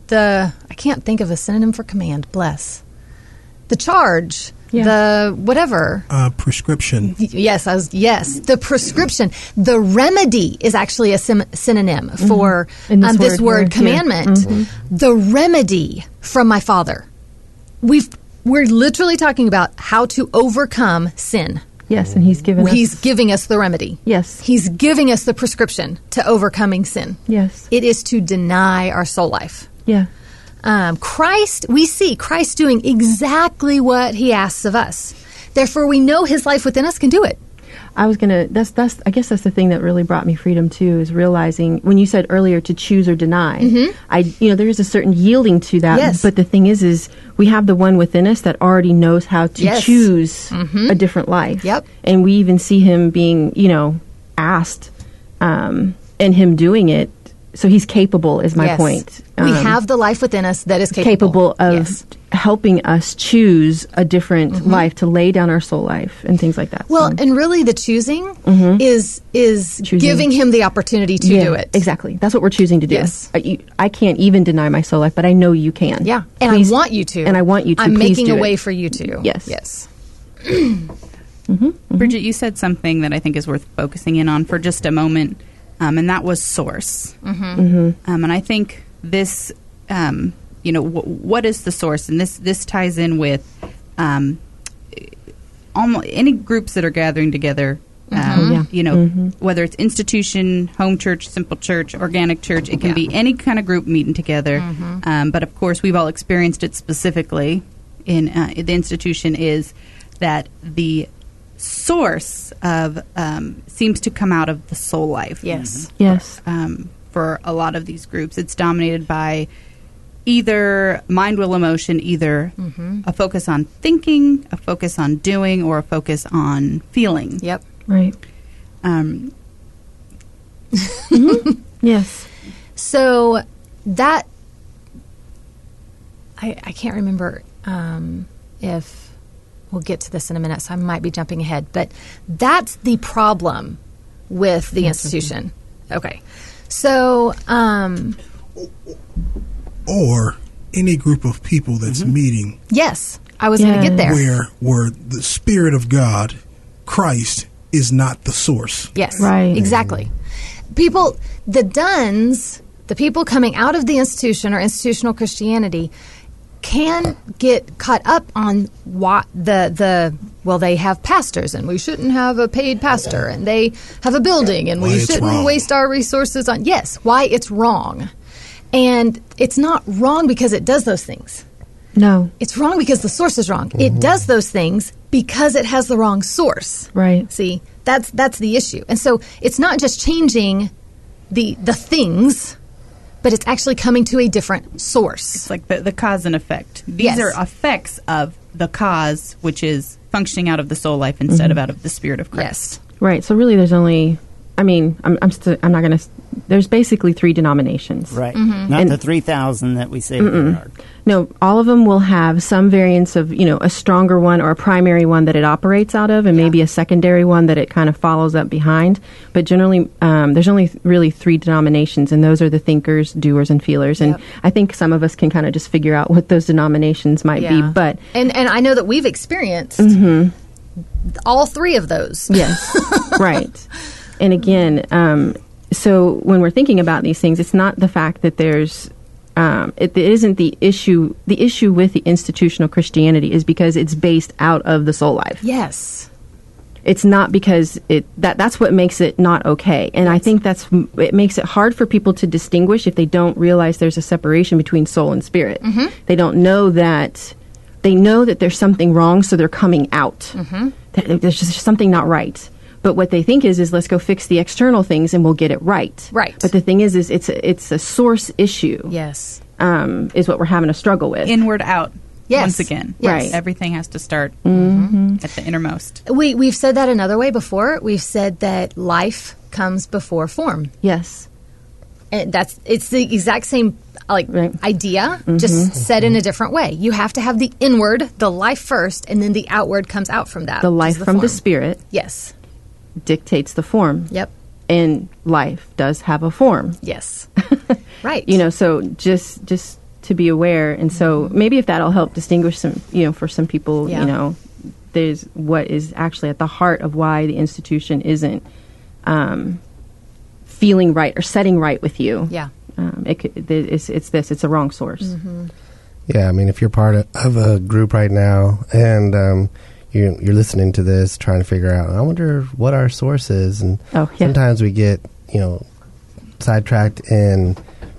S5: the, I can't think of a synonym for command, bless. The charge,
S7: Yeah.
S5: the whatever.
S2: Uh, prescription.
S5: Y- Yes, I was, yes. The prescription, the remedy is actually a sym- synonym for
S7: And
S5: um, this word
S7: here, yeah.
S5: commandment. The remedy from my father. We've we're literally talking about how to overcome sin.
S7: Yes, and he's given
S5: He's
S7: us.
S5: giving us the remedy.
S7: Yes.
S5: He's giving us the prescription to overcoming sin.
S7: Yes.
S5: It is to deny our soul life.
S7: Yeah.
S5: Um, Christ, we see Christ doing exactly what he asks of us. Therefore, we know his life within us can do it.
S7: I was gonna. That's that's. I guess that's the thing that really brought me freedom too is realizing when you said earlier to choose or deny. I you know there is a certain yielding to that.
S5: Mm-hmm. Yes.
S7: But the thing is, is we have the one within us that already knows how to
S5: Yes. Mm-hmm.
S7: choose a different life.
S5: Yep.
S7: And we even see him being you know asked, um, and him doing it. So he's capable. Is my
S5: Yes.
S7: point.
S5: we
S7: Um,
S5: have the life within us that is capable,
S7: capable of
S5: Yes. Mm-hmm.
S7: helping us choose a different life to lay down our soul life and things like that.
S5: Well,
S7: So-
S5: and really the choosing is is
S7: Mm-hmm. Choosing.
S5: giving him the opportunity to
S7: Yeah,
S5: do it.
S7: exactly. That's what we're choosing to do.
S5: Yes.
S7: I, you- I can't even deny my soul life, but I know you can.
S5: Yeah. And
S7: Please-
S5: I want you to.
S7: And I want you to.
S5: I'm
S7: Please
S5: making
S7: do
S5: a
S7: it.
S5: way for you to.
S7: Yes.
S5: Yes.
S8: Bridget, you said something that I think is worth focusing in on for just a moment, um, and that was source. Mm-hmm. Um, and I think this, um, you know, w- what is the source? And this this ties in with um, almost any groups that are gathering together. Um,
S7: yeah.
S8: You know, whether it's institution, home church, simple church, organic church, it can be any kind of group meeting together. Um, but of course, we've all experienced it specifically in uh, the institution is that the source of um, seems to come out of the soul life
S5: Yes.
S7: Yes.
S8: um, for a lot of these groups. It's dominated by either mind, will, emotion, either
S3: Mm-hmm.
S8: a focus on thinking, a focus on doing, or a focus on feeling.
S5: Yep.
S7: Right.
S8: Um,
S7: Yes.
S5: So that I, I can't remember um, if we'll get to this in a minute, so I might be jumping ahead. But that's the problem with the institution. Okay. So um,
S2: or any group of people that's
S7: Mm-hmm.
S2: meeting
S5: yes, I was going to get there.
S2: where where the spirit of God, Christ, is not the source.
S5: Yes.
S7: Right.
S5: Exactly. People, the Duns, the people coming out of the institution or institutional Christianity, can get caught up on what the the well they have pastors and we shouldn't have a paid pastor and they have a building and
S2: Why
S5: we
S2: it's
S5: shouldn't
S2: wrong.
S5: waste our resources on yes why it's wrong and it's not wrong because it does those things
S7: No.
S5: it's wrong because the source is wrong
S2: Mm-hmm.
S5: it does those things because it has the wrong source
S7: Right.
S5: See, that's that's the issue. And so it's not just changing the the things, but it's actually coming to a different source.
S8: it's like the, the cause and effect. These
S5: Yes.
S8: are effects of the cause, which is functioning out of the soul life instead
S3: Mm-hmm.
S8: of out of the spirit of Christ.
S5: Yes.
S7: Right. So really, there's only. I mean, I'm. I'm. St- I'm not gonna. s there's basically three denominations.
S3: Right. Not
S7: Mm-hmm. And-
S3: the 3,000 that we say there are.
S7: No, all of them will have some variants of, you know, a stronger one or a primary one that it operates out of, and maybe a secondary one that it kind of follows up behind. But generally, um, there's only th- really three denominations, and those are the thinkers, doers, and feelers. And
S5: Yep.
S7: I think some of us can kind of just figure out what those denominations might be. But Mm-hmm.
S5: and and I know that we've experienced all three of those.
S7: Yes, right. And again, um, so when we're thinking about these things, it's not the fact that there's um, it, it isn't the issue. The issue with the institutional Christianity is because it's based out of the soul life.
S5: Yes.
S7: It's not because it that that's what makes it not okay. And I think that's it makes it hard for people to distinguish if they don't realize there's a separation between soul and spirit.
S5: Mm-hmm.
S7: They don't know that they know that there's something wrong, so they're coming out.
S5: Mm-hmm.
S7: That- that there's just something not right. But what they think is is let's go fix the external things and we'll get it right.
S5: Right.
S7: But the thing is is it's a, it's a source issue.
S5: Yes.
S7: Um, is what we're having a struggle with.
S8: Inward out.
S5: Yes.
S8: Once again,
S5: Yes.
S7: Right.
S8: Everything has to start
S3: Mm-hmm.
S8: at the innermost.
S5: We we've said that another way before. We've said that life comes before form.
S7: yes.
S5: And that's it's the exact same like
S7: Right. Mm-hmm.
S5: idea just said in a different way you have to have the inward the life first and then the outward comes out from that
S7: The
S5: which
S7: life
S5: is
S7: from the
S5: form.
S7: spirit
S5: yes
S7: dictates the form.
S5: Yep.
S7: And life does have a form.
S5: Yes. right.
S7: You know, so just just to be aware and so maybe if that'll help distinguish some you know, for some people,
S5: Mm-hmm. Yeah.
S7: you know, there's what is actually at the heart of why the institution isn't um, feeling right or setting right with you.
S5: Yeah. Mm-hmm.
S7: Um, it, could- th- it's, it's this. It's a wrong source.
S4: Yeah, I mean, if you're part of, of a group right now and um, you, you're listening to this, trying to figure out, I wonder what our source is, and
S7: Oh, yeah.
S4: sometimes we get you know sidetracked in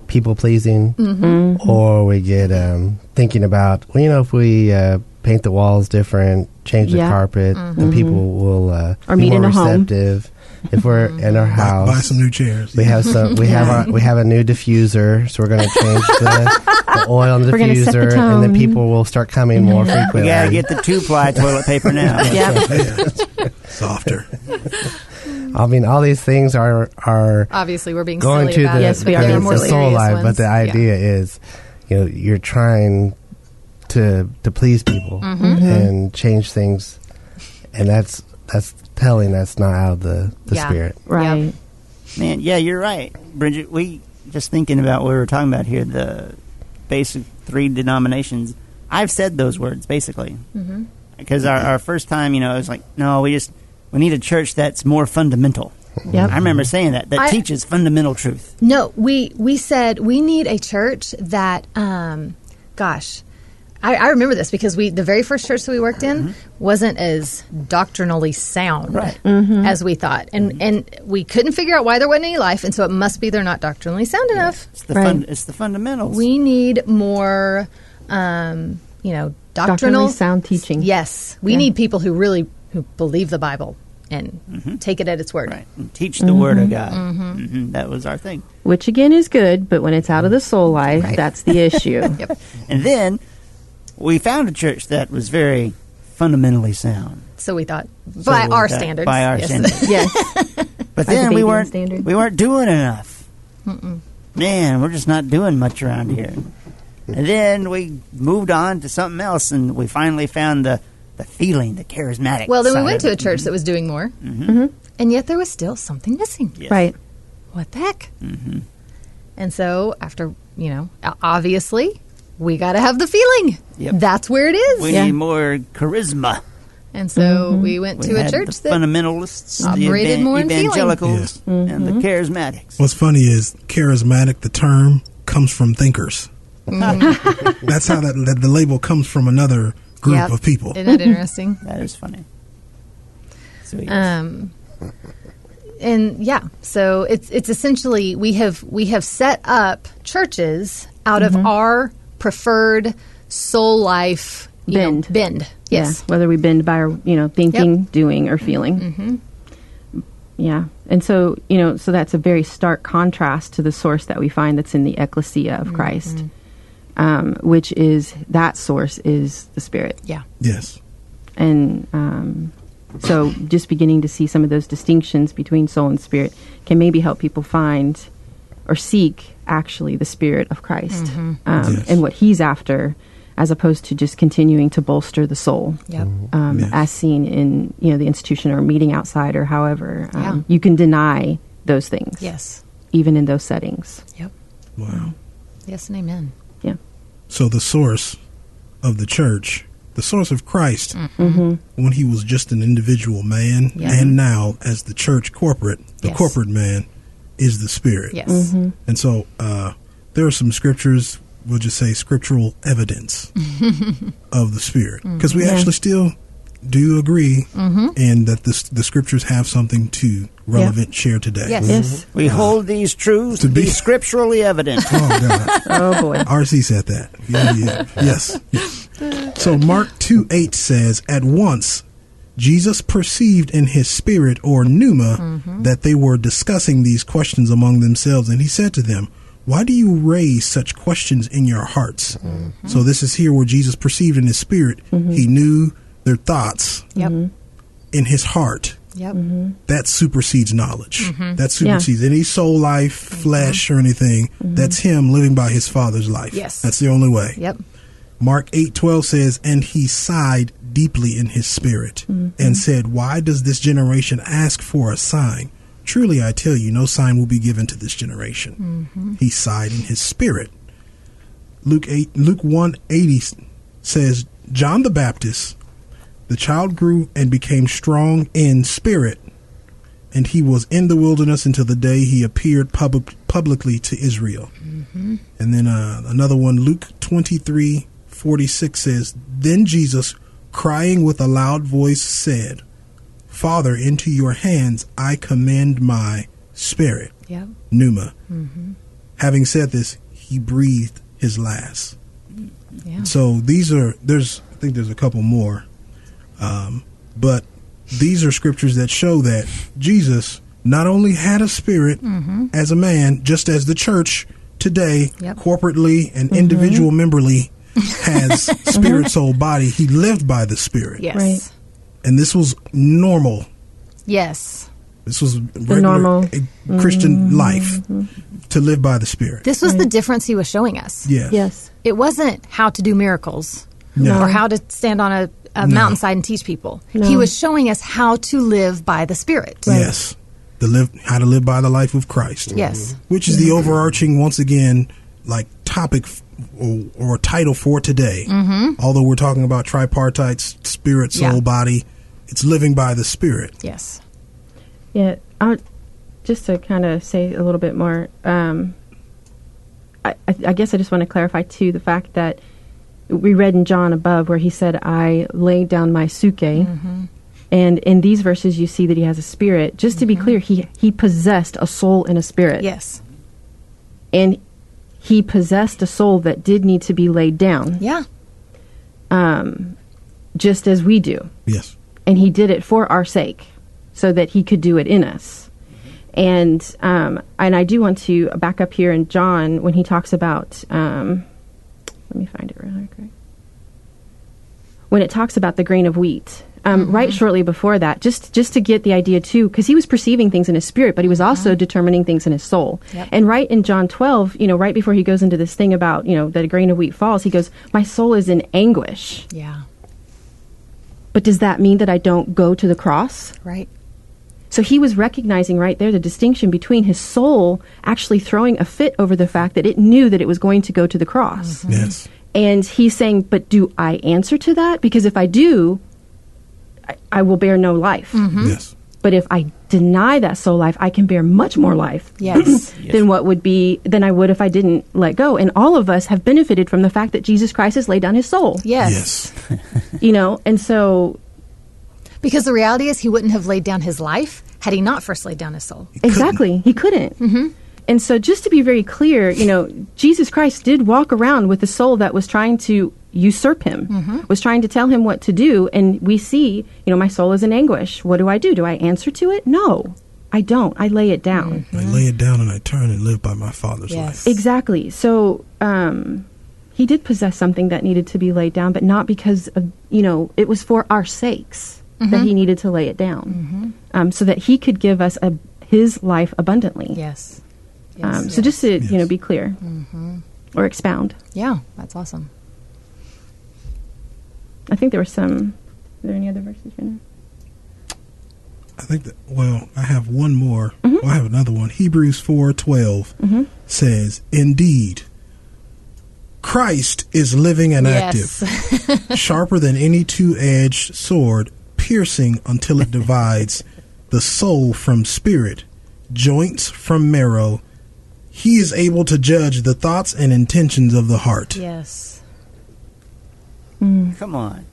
S4: people pleasing,
S7: Mm-hmm.
S4: or we get um, thinking about, well, you know, if we uh, paint the walls different, change the
S7: Yeah. Mm-hmm.
S4: carpet, then people will uh,
S7: Or
S4: be
S7: meet
S4: more
S7: in a home. Mm-hmm.
S4: receptive. If we're in our
S2: Buy,
S4: house,
S2: buy some new chairs.
S4: we have some. We have a, we have a new diffuser, so we're going to change the, the oil on the
S7: We're gonna set the
S4: diffuser, and then
S7: tone.
S4: people will start coming more frequently.
S3: We got to get the two ply toilet paper now.
S7: Yeah.
S2: Softer.
S4: I mean, all these things are are
S7: Uh,
S5: Obviously, we're being
S4: going
S5: silly
S4: to
S5: about
S4: the,
S5: it.
S7: Yes, we
S4: the-
S7: are
S5: There
S7: being
S4: the
S5: more
S7: silly.
S4: soul
S5: serious
S4: life,
S5: ones.
S4: but the
S5: Yeah.
S4: idea is, you know, you're trying to to please people
S7: Mm-hmm.
S4: and change things, and that's that's telling that's not out of the, the
S5: Yeah.
S4: spirit.
S7: Right.
S5: Yep.
S3: Man, yeah, you're right, Bridget. We just thinking about what we were talking about here. The basic three denominations. I've said those words basically
S5: Mm-hmm.
S3: because our, our first time, you know, I was like, no, we just we need a church that's more fundamental.
S7: Yep.
S3: I remember saying that that
S5: I-
S3: teaches fundamental truth.
S5: No, we we said we need a church that, um, gosh, I, I remember this because we the very first church that we worked in wasn't as doctrinally sound
S3: Mm-hmm. Right. Mm-hmm.
S5: as we thought, and and we couldn't figure out why there wasn't any life, and so it must be they're not doctrinally sound enough.
S3: It's the
S7: Right.
S3: fun, It's the fundamentals.
S5: We need more, um, you know, doctrinal
S7: Doctrinally sound teaching.
S5: Yes, we need people who really who believe the Bible and
S4: Mm-hmm.
S5: take it at its word.
S3: right and teach
S5: Mm-hmm.
S3: the word of God. hmm That was our thing.
S7: Which again is good, but when it's out of the soul life, that's the issue.
S3: And then we found a church that was very fundamentally sound
S5: So we thought
S3: So
S5: by
S3: we
S5: our
S3: got-
S5: standards.
S3: By our
S5: yes.
S3: standards,
S7: Yes.
S3: but
S7: By the
S3: then we
S7: Babian
S3: weren't
S7: standard.
S3: we weren't doing enough. Man, we're just not doing much around here. And then we moved on to something else, and we finally found the the feeling, the charismatic.
S5: Well, then we
S3: side
S5: went
S3: of
S5: to a
S3: it.
S5: church that was doing more,
S3: Mm-hmm.
S5: and yet there was still something missing.
S3: Yes.
S7: Right.
S5: What the heck?
S3: Mm-hmm.
S5: And so, after you know, o- obviously, we got to have the feeling.
S3: Yep.
S5: That's where it is.
S3: We
S7: Yeah.
S3: need more charisma.
S5: and so we went
S3: We
S5: to a
S3: had
S5: church
S3: the
S5: that
S3: fundamentalists,
S5: operated
S3: the evan-
S5: more in feeling. Mm-hmm.
S3: evangelicals,
S2: Yes.
S3: and the charismatics.
S2: What's funny is charismatic. The term comes from thinkers.
S7: Mm.
S2: That's how that, that the label comes from another group
S5: Yep.
S2: of people.
S5: Isn't that interesting?
S3: That is funny. Sweet.
S5: Um, and yeah, so it's it's essentially we have we have set up churches out of our preferred soul life you know,
S7: Bend.
S5: bend. Yes.
S7: Yeah, whether we bend by our, you know, thinking, doing, or feeling. Mm-hmm. Yeah, and so you know, so that's a very stark contrast to the source that we find that's in the ecclesia of Christ, um, which is that source is the Spirit,
S5: Yeah.
S2: Yes.
S7: and um, so just beginning to see some of those distinctions between soul and spirit can maybe help people find or seek actually the Spirit of Christ um,
S2: Yes.
S7: and what He's after, as opposed to just continuing to bolster the soul
S5: Yep.
S7: um,
S2: Yes.
S7: as seen in you know the institution or a meeting outside or however um,
S5: Yeah.
S7: you can deny those things
S5: Yes.
S7: even in those settings
S5: Yep.
S2: Wow.
S5: Yes and amen.
S7: yeah
S2: So the source of the church, the source of Christ, when he was just an individual man,
S5: Mm-hmm. Yeah.
S2: and now as the church corporate, the
S5: Yes.
S2: corporate man is the Spirit.
S5: Yes.
S2: And so uh, there are some scriptures, we'll just say scriptural evidence of the Spirit.
S5: Mm-hmm.
S2: Because we actually still do agree in that the, the scriptures have something to relevant share today.
S5: Yes.
S7: yes
S3: we hold these truths
S2: Mm-hmm. To be-
S3: to be scripturally evident.
S2: Oh, God.
S7: oh boy
S2: RC said that. Yeah, yeah. yes. yes. So Mark 2 8 says, At once Jesus perceived in his spirit or pneuma that they were discussing these questions among themselves, and he said to them, Why do you raise such questions in your hearts? So this is here where Jesus perceived in his spirit, he knew their thoughts
S5: Yep.
S2: in his heart.
S5: Yep.
S2: That supersedes knowledge. That supersedes any soul life, flesh, or anything. That's him living by his father's life.
S5: Yes.
S2: That's the only way.
S5: Yep.
S2: Mark 8:12 says, "And he sighed deeply in his spirit and said, Why does this generation ask for a sign? Truly I tell you, no sign will be given to this generation." He sighed in his spirit. Luke 8 Luke 1:80 says, "John the Baptist, the child grew and became strong in spirit, and he was in the wilderness until the day he appeared public, publicly to Israel." And then uh, another one, Luke twenty three forty six says, Then Jesus, crying with a loud voice, said, Father, into your hands I commend my spirit.
S5: Yep.
S2: Numa.
S5: Mm-hmm.
S2: Having said this, he breathed his last.
S5: Yeah.
S2: So these are, there's, I think there's a couple more. Um, but these are scriptures that show that Jesus not only had a spirit as a man, just as the church today,
S5: Mm-hmm. Yep. Mm-hmm.
S2: corporately and individual memberly, has spirit, soul, body. He lived by the spirit.
S5: Yes.
S7: Right.
S2: And this was normal.
S5: Yes.
S2: This was regular
S7: normal.
S2: uh, Christian
S5: Mm-hmm.
S2: life to live by the spirit.
S5: This was the difference he was showing us.
S2: yes.
S7: yes
S5: It wasn't how to do miracles.
S2: No.
S5: or how to stand on a, a
S2: No.
S5: mountainside and teach people.
S7: No.
S5: He was showing us how to live by the Spirit.
S2: Yes. The live how to live by the life of Christ. Mm-hmm.
S5: Yes.
S2: Which is the overarching once again like topic f- or, or title for today. Mm-hmm. Although we're talking about tripartite s- spirit, soul,
S5: Yeah.
S2: body, it's living by the spirit.
S5: Yes.
S7: Yeah, I would, just to kind of say a little bit more. Um, I, I, I guess I just want to clarify too the fact that we read in John above where he said, "I laid down my suke," and in these verses you see that he has a spirit. Just to be clear, he he possessed a soul and a spirit,
S5: Yes.
S7: and he possessed a soul that did need to be laid down,
S5: Yeah.
S7: just as we do.
S2: Yes.
S7: and he did it for our sake so that he could do it in us and um, and I do want to back up here in John when he talks about um, let me find it really quick when it talks about the grain of wheat um, right shortly before that just just to get the idea too because he was perceiving things in his spirit but he was also determining things in his soul and right in john 12 you know right before he goes into this thing about you know that a grain of wheat falls he goes my soul is in anguish
S5: Yeah.
S7: but does that mean that I don't go to the cross?
S5: Right.
S7: So he was recognizing right there the distinction between his soul actually throwing a fit over the fact that it knew that it was going to go to the cross.
S2: Yes.
S7: And he's saying, but do I answer to that? Because if I do, I, I will bear no life.
S2: Mm. Yes.
S7: But if I deny that soul life, I can bear much more life
S5: Yes.
S7: than what would be than I would if I didn't let go. And all of us have benefited from the fact that Jesus Christ has laid down his soul.
S5: yes.
S2: Yes.
S7: You know, and so
S5: Because the reality is, he wouldn't have laid down his life had he not first laid down his soul.
S7: Exactly. He couldn't. And so, just to be very clear, you know, Jesus Christ did walk around with a soul that was trying to usurp him, was trying to tell him what to do. And we see, you know, my soul is in anguish. What do I do? Do I answer to it? No, I don't. I lay it down.
S2: I lay it down and I turn and live by my father's
S5: Yes.
S2: life.
S7: Exactly. So, um, he did possess something that needed to be laid down, but not because of, you know, it was for our sakes that he needed to lay it down um, so that he could give us a, his life abundantly.
S5: Yes. yes.
S7: Um, So just to you know
S2: Yes.
S7: be clear Mm-hmm. or expound.
S5: yeah, that's awesome.
S7: I think there were some. Are there any other verses? You know?
S2: I think that well, I have one more. Well, I have another one. Hebrews four says, Indeed, Christ is living and
S5: Yes.
S2: active, sharper than any two edged sword, piercing until it divides the soul from spirit, joints from marrow. He is able to judge the thoughts and intentions of the heart.
S5: Yes.
S3: Come on.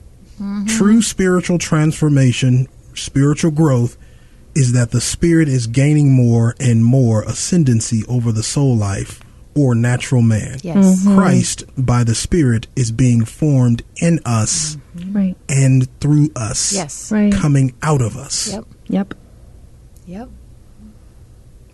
S2: True spiritual transformation, spiritual growth, is that the spirit is gaining more and more ascendancy over the soul life or natural man.
S5: Yes.
S7: Mm-hmm.
S5: Mhm.
S2: Christ, by the spirit, is being formed in us
S7: Right.
S2: and through us.
S5: Mm-hmm. Yes.
S7: Right.
S2: Coming out of us.
S5: Yep.
S7: Yep.
S5: Yep.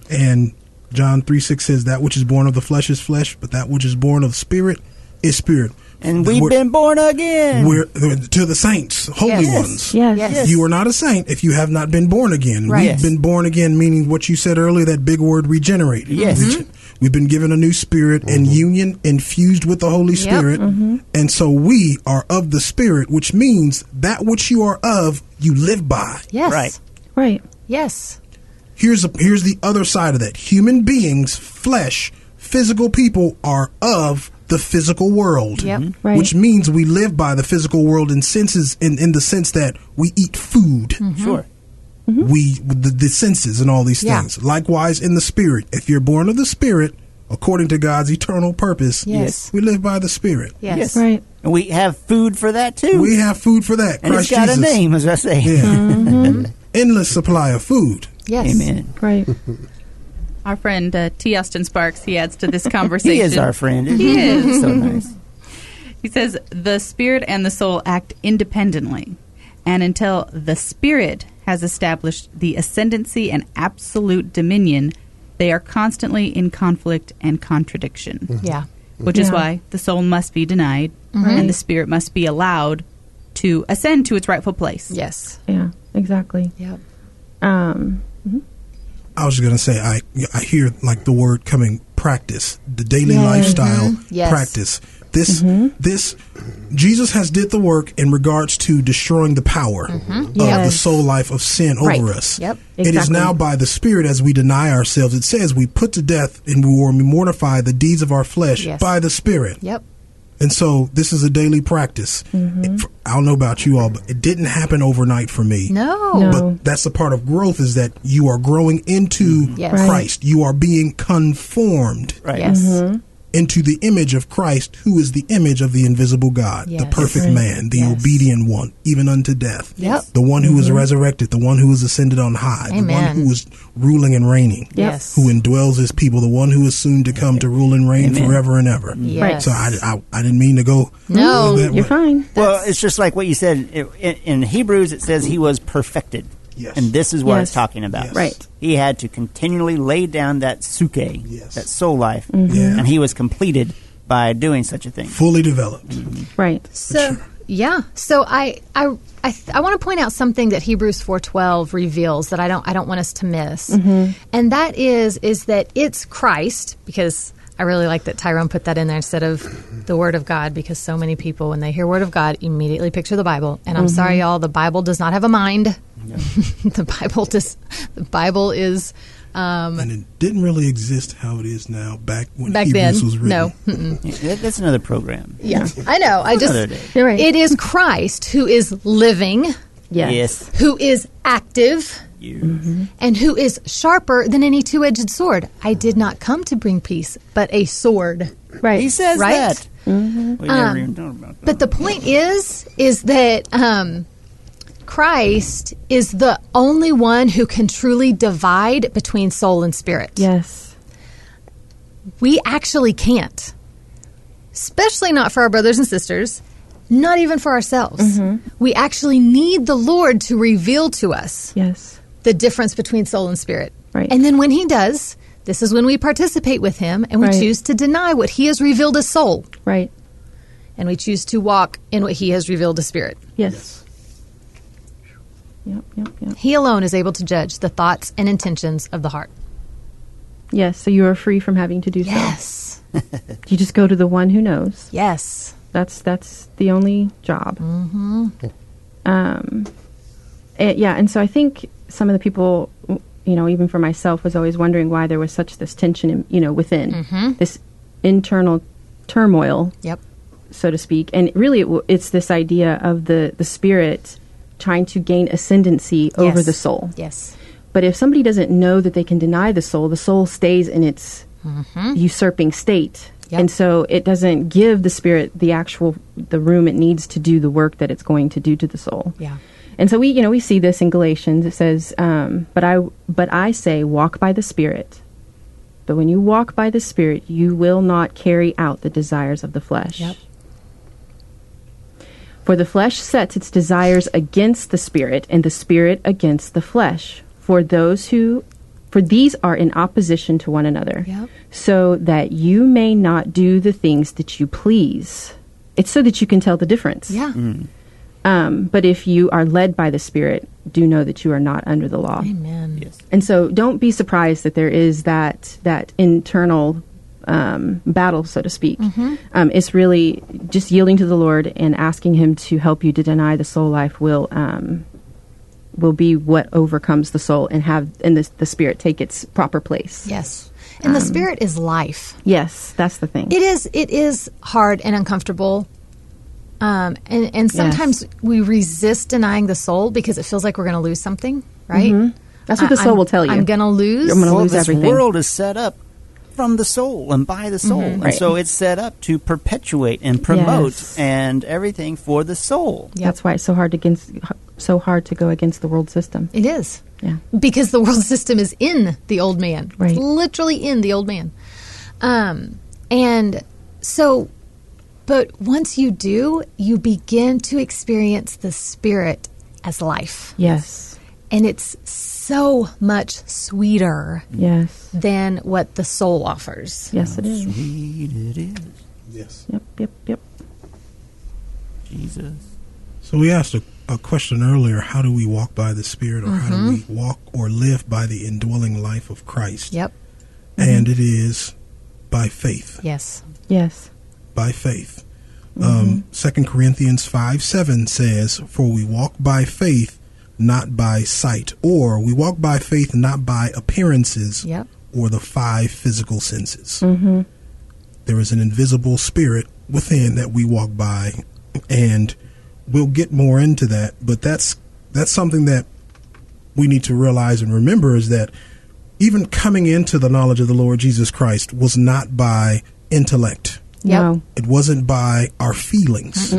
S2: And John 3 6 says, That which is born of the flesh is flesh, but that which is born of spirit is spirit.
S3: And
S2: The-
S3: we've
S2: we're-
S3: been born again.
S2: We're, to the saints, holy
S5: Yes.
S2: ones.
S7: Yes.
S5: Yes.
S2: You are not a saint if you have not been born again.
S5: Right.
S2: We've
S5: Yes.
S2: been born again, meaning what you said earlier, that big word regenerate.
S3: Yes.
S5: Mm-hmm.
S2: Rege- We've been given a new spirit and union infused with the Holy Spirit.
S5: Mm-hmm.
S2: And so we are of the Spirit, which means that which you are of, you live by.
S5: Yes.
S3: Right.
S7: Right.
S5: Yes.
S2: Here's, a, here's the other side of that human beings, flesh, physical people are of the physical world.
S5: Yep. Mhm.
S7: Right.
S2: Which means we live by the physical world in senses in, in the sense that we eat food
S5: Mm-hmm.
S3: Sure.
S2: we the, the senses and all these
S5: Yeah.
S2: things likewise in the spirit if you're born of the spirit according to god's eternal purpose
S5: Yes.
S2: we live by the spirit
S5: Yes.
S3: Yes.
S7: Right.
S3: And we have food for that too.
S2: we have food for that
S3: and
S2: christ
S3: it's got
S2: jesus
S3: a name, as I say.
S2: yeah
S5: Mm-hmm.
S2: endless supply of food
S5: Yes.
S3: Amen.
S7: Right.
S8: Our friend uh, T. Austin Sparks, he adds to this conversation.
S3: He is our friend. isn't
S8: He is.
S3: so
S7: Mm-hmm.
S3: nice.
S8: He says the spirit and the soul act independently, and until the spirit has established the ascendancy and absolute dominion, they are constantly in conflict and contradiction.
S5: Yeah.
S8: Which is
S7: Yeah.
S8: why the soul must be denied
S7: Right.
S8: and the spirit must be allowed to ascend to its rightful place.
S5: Yes.
S7: Yeah. Exactly.
S5: Yep.
S7: Um,
S2: i was just gonna say i i hear like the word coming practice the daily lifestyle
S5: Yes.
S2: practice This this Jesus has did the work in regards to destroying the power of the
S7: Yes.
S2: soul life of sin over
S7: Right.
S2: us.
S5: Yep.
S2: It is
S7: Exactly.
S2: now by the Spirit as we deny ourselves. It says we put to death and we will mortify the deeds of our flesh
S8: Yes.
S2: by the Spirit.
S5: Yep.
S2: And so this is a daily practice. It- for- I don't know about you all, but it didn't happen overnight for me.
S5: No.
S7: No.
S2: Oh, But that's the part of growth is that you are growing into
S5: Yes. Right.
S2: Christ. You are being conformed
S3: Right.
S5: Yes.
S7: Mm-hmm.
S2: into the image of Christ, who is the image of the invisible God,
S5: Yes.
S2: the perfect man, the
S5: Yes.
S2: obedient one, even unto death.
S5: Yep. Mm-hmm.
S2: The one who is resurrected, the one who is ascended on high, the one
S5: Amen.
S2: who is ruling and reigning,
S5: Yes.
S2: who indwells his people, the one who is soon to come to rule and reign forever and ever.
S5: Yes.
S2: So I, I, I didn't mean to go.
S5: No,
S2: that
S7: You're
S2: way.
S7: fine.
S3: Well, it's just like what you said It- in, in Hebrews. It says he was perfected,
S2: Yes.
S3: and this is what it's
S7: Yes.
S3: talking about.
S2: Yes.
S7: Right.
S3: He had to continually lay down that suke,
S2: Yes.
S3: that soul life,
S7: Mm-hmm.
S2: Yeah.
S3: and he was completed by doing such a thing.
S2: Fully developed.
S7: Right.
S5: So yeah, so I I I, th- I want to point out something that Hebrews four twelve reveals that I don't I don't want us to miss, and that is is that it's Christ because I really like that Tyrone put that in there instead of the Word of God because so many people when they hear Word of God immediately picture the Bible, and I'm sorry y'all, the Bible does not have a mind. the Bible does. The Bible is. Um,
S2: And it didn't really exist how it is now back when
S5: Back
S2: Hebrews was
S5: then,
S2: written.
S5: no,
S3: Yeah, that- that's another program.
S5: yeah, I know. I just,
S3: Another day.
S7: You're right.
S5: it is Christ who is living,
S7: Yes.
S3: Yes,
S5: who is active,
S3: you.
S5: and who is sharper than any two edged sword. I did not come to bring peace, but a sword.
S7: Right. Mm-hmm. Um,
S3: He says
S5: Right?
S3: that. We never even thought about that.
S5: But the point is, is that um, Christ is the only one who can truly divide between soul and spirit.
S7: yes.
S5: We actually can't, especially not for our brothers and sisters. Not even for ourselves. We actually need the Lord to reveal to us
S7: Yes.
S5: the difference between soul and spirit.
S7: Right.
S5: And then when he does, this is when we participate with him and we
S7: Right.
S5: choose to deny what he has revealed as soul
S7: Right.
S5: and we choose to walk in what he has revealed as spirit.
S7: Yes. Yep. Yep. Yep.
S5: He alone is able to judge the thoughts and intentions of the heart.
S7: Yes. So you are free from having to do
S5: Yes.
S7: so. You just go to the one who knows.
S5: Yes.
S7: That's that's the only job. Mm-hmm. Um, eh, yeah, and so I think some of the people, w- you know, even for myself, was always wondering why there was such this tension, in, you know, within this internal turmoil,
S5: Yep.
S7: so to speak. And really, it w- it's this idea of the the spirit trying to gain ascendancy over
S5: Yes.
S7: the soul.
S5: Yes.
S7: But if somebody doesn't know that they can deny the soul, the soul stays in its usurping state.
S5: Yep.
S7: And so it doesn't give the spirit the actual the room it needs to do the work that it's going to do to the soul.
S5: Yeah.
S7: And so we you know we see this in Galatians it says um, but I but I say walk by the spirit. But when you walk by the spirit you will not carry out the desires of the flesh.
S5: Yep.
S7: For the flesh sets its desires against the spirit, and the spirit against the flesh. For those who, for these are in opposition to one another,
S5: Yep.
S7: so that you may not do the things that you please. It's so that you can tell the difference.
S5: Yeah.
S7: Um, but if you are led by the spirit, do know that you are not under the law.
S5: Amen.
S3: Yes.
S7: And so, don't be surprised that there is that that internal um, battle, so to speak. Um, it's really just yielding to the Lord and asking Him to help you to deny the soul life will um, will be what overcomes the soul and have and the, the spirit take its proper place.
S5: Yes. And
S7: Um,
S5: the spirit is life.
S7: Yes, that's the thing.
S5: It is. It is hard and uncomfortable. Um, and and sometimes we resist denying the soul because it feels like we're going to lose something, right?
S7: That's what Mm-hmm. the
S5: I-
S7: soul
S5: I'm-
S7: will tell you.
S5: I'm going to lose.
S7: I'm gonna
S3: Well,
S7: lose
S3: this
S7: everything.
S3: world is set up from the soul and by the soul, and
S7: Mm-hmm. Right.
S3: so it's set up to perpetuate and promote
S7: Yes.
S3: and everything for the soul.
S5: Yep.
S7: That's why it's so hard to against so hard to go against the world system.
S5: It is.
S7: Yeah.
S5: Because the world system is in the old man.
S7: Right.
S5: It's literally in the old man. Um, and so, but once you do, you begin to experience the spirit as life.
S7: Yes.
S5: And it's so much sweeter
S7: Yes.
S5: than what the soul offers.
S7: Yes, it is.
S3: Sweet it is,
S2: Yes.
S7: Yep. Yep. Yep.
S3: Jesus.
S2: So we asked a, a question earlier how do we walk by the Spirit or how do
S5: Mm-hmm.
S2: we walk or live by the indwelling life of Christ?
S5: Yep. Mm-hmm.
S2: And it is by faith.
S5: Yes.
S7: Yes.
S2: By faith.
S5: Mm-hmm.
S2: Um, 2 Corinthians 5 7 says, For we walk by faith, not by sight, or we walk by faith, not by appearances,
S5: Yep.
S2: or the five physical senses.
S5: Mm-hmm.
S2: There is an invisible spirit within that we walk by, and we'll get more into that, but that's that's something that we need to realize and remember is that even coming into the knowledge of the Lord Jesus Christ was not by intellect.
S5: Yep.
S7: No.
S2: It wasn't by our feelings.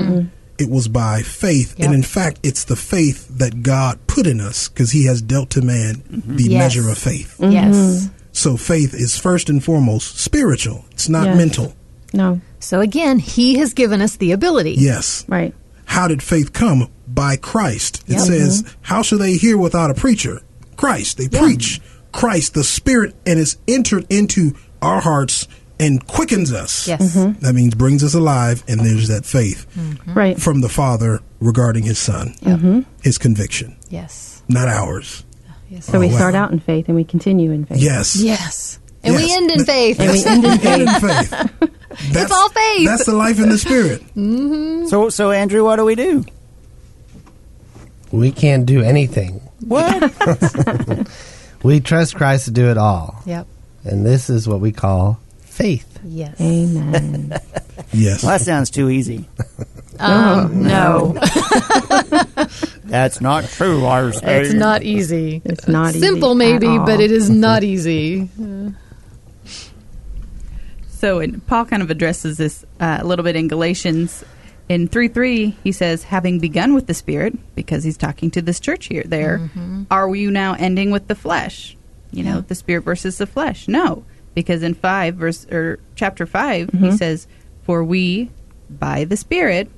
S2: It was by faith.
S5: Yep.
S2: And in fact, it's the faith that God put in us because he has dealt to man the
S5: Yes.
S2: measure of faith.
S5: Mm-hmm.
S9: Yes.
S2: So faith is first and foremost spiritual, it's not
S7: Yes.
S2: mental.
S7: No.
S5: So again, he has given us the ability.
S2: Yes.
S7: Right.
S2: How did faith come? By Christ. It
S5: Yep. Mm-hmm.
S2: says, How shall they hear without a preacher? Christ. They preach Christ, the Spirit, and it's entered into our hearts and quickens us.
S5: Yes.
S2: That means brings us alive, and there's that faith
S5: Mm-hmm. Mm.
S7: Right.
S2: from the Father regarding his son, his conviction,
S5: Yes.
S2: not ours.
S5: Yes.
S7: So we
S2: Oh, wow.
S7: start out in faith and we continue in faith.
S2: Yes.
S5: Yes. And we
S2: Yes.
S5: end in faith.
S7: And we end in faith.
S2: In faith. That's,
S5: all faith.
S2: That's the life in the spirit.
S7: Mm.
S3: So, so Andrew, what do we do?
S4: We can't do anything.
S3: What?
S4: We trust Christ to do it all.
S5: Yep.
S4: And this is what we call faith.
S5: Yes.
S7: Amen.
S2: Yes.
S3: well, that sounds too easy.
S9: Um, no.
S3: That's not true, I say.
S9: It's not easy.
S7: It's not easy
S5: Simple,
S7: at
S5: maybe,
S7: all. Mm-hmm.
S5: but it is not easy.
S8: So and Paul kind of addresses this uh, a little bit in Galatians. In 3 3, he says, having begun with the Spirit, because he's talking to this church here, there, are you now ending with the flesh? You know, the Spirit versus the flesh. No, because in 5, verse, or chapter 5, he says, For we, by the Spirit,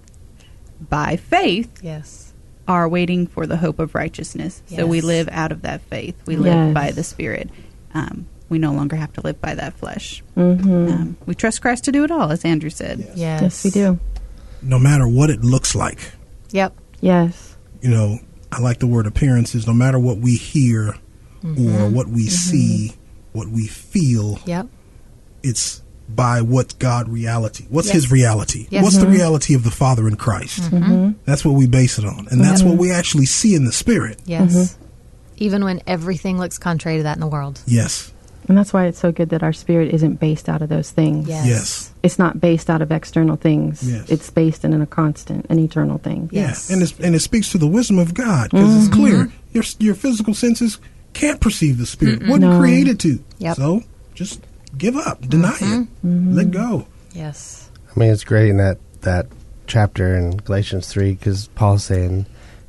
S8: by faith,
S5: Yes.
S8: are waiting for the hope of righteousness. So we
S5: Yes.
S8: live out of that faith. We live
S7: Yes.
S8: by the Spirit. Um, we no longer have to live by that flesh.
S5: Mm-hmm.
S8: Um, we trust Christ to do it all, as Andrew said.
S5: Yes.
S7: Yes, we do.
S2: No matter what it looks like,
S5: Yep.
S7: Yes.
S2: you know, I like the word appearances, no matter what we hear
S5: Mm-hmm.
S2: or what we see, what we feel,
S5: Yep.
S2: it's by what God reality. What's
S5: Yes.
S2: his reality?
S5: Yes.
S2: What's the reality of the Father in Christ?
S5: Mm-hmm.
S2: That's what we base it on. And that's what we actually see in the spirit.
S5: Yes. Even when everything looks contrary to that in the world.
S2: Yes.
S7: And that's why it's so good that our spirit isn't based out of those things.
S5: Yes.
S2: Yes.
S7: It's not based out of external things.
S2: Yes.
S7: It's based in a constant, an eternal thing.
S5: Yeah.
S2: Yeah,
S5: Yes. Mm-hmm.
S2: and it's, and it speaks to the wisdom of God because it's clear your your physical senses can't perceive the spirit. wasn't
S7: No.
S2: created to.
S5: Yep. Mm-hmm.
S2: So just give up, deny it, let go.
S5: Yes.
S4: I mean, it's great in that, that chapter in Galatians 3 because Paul's saying,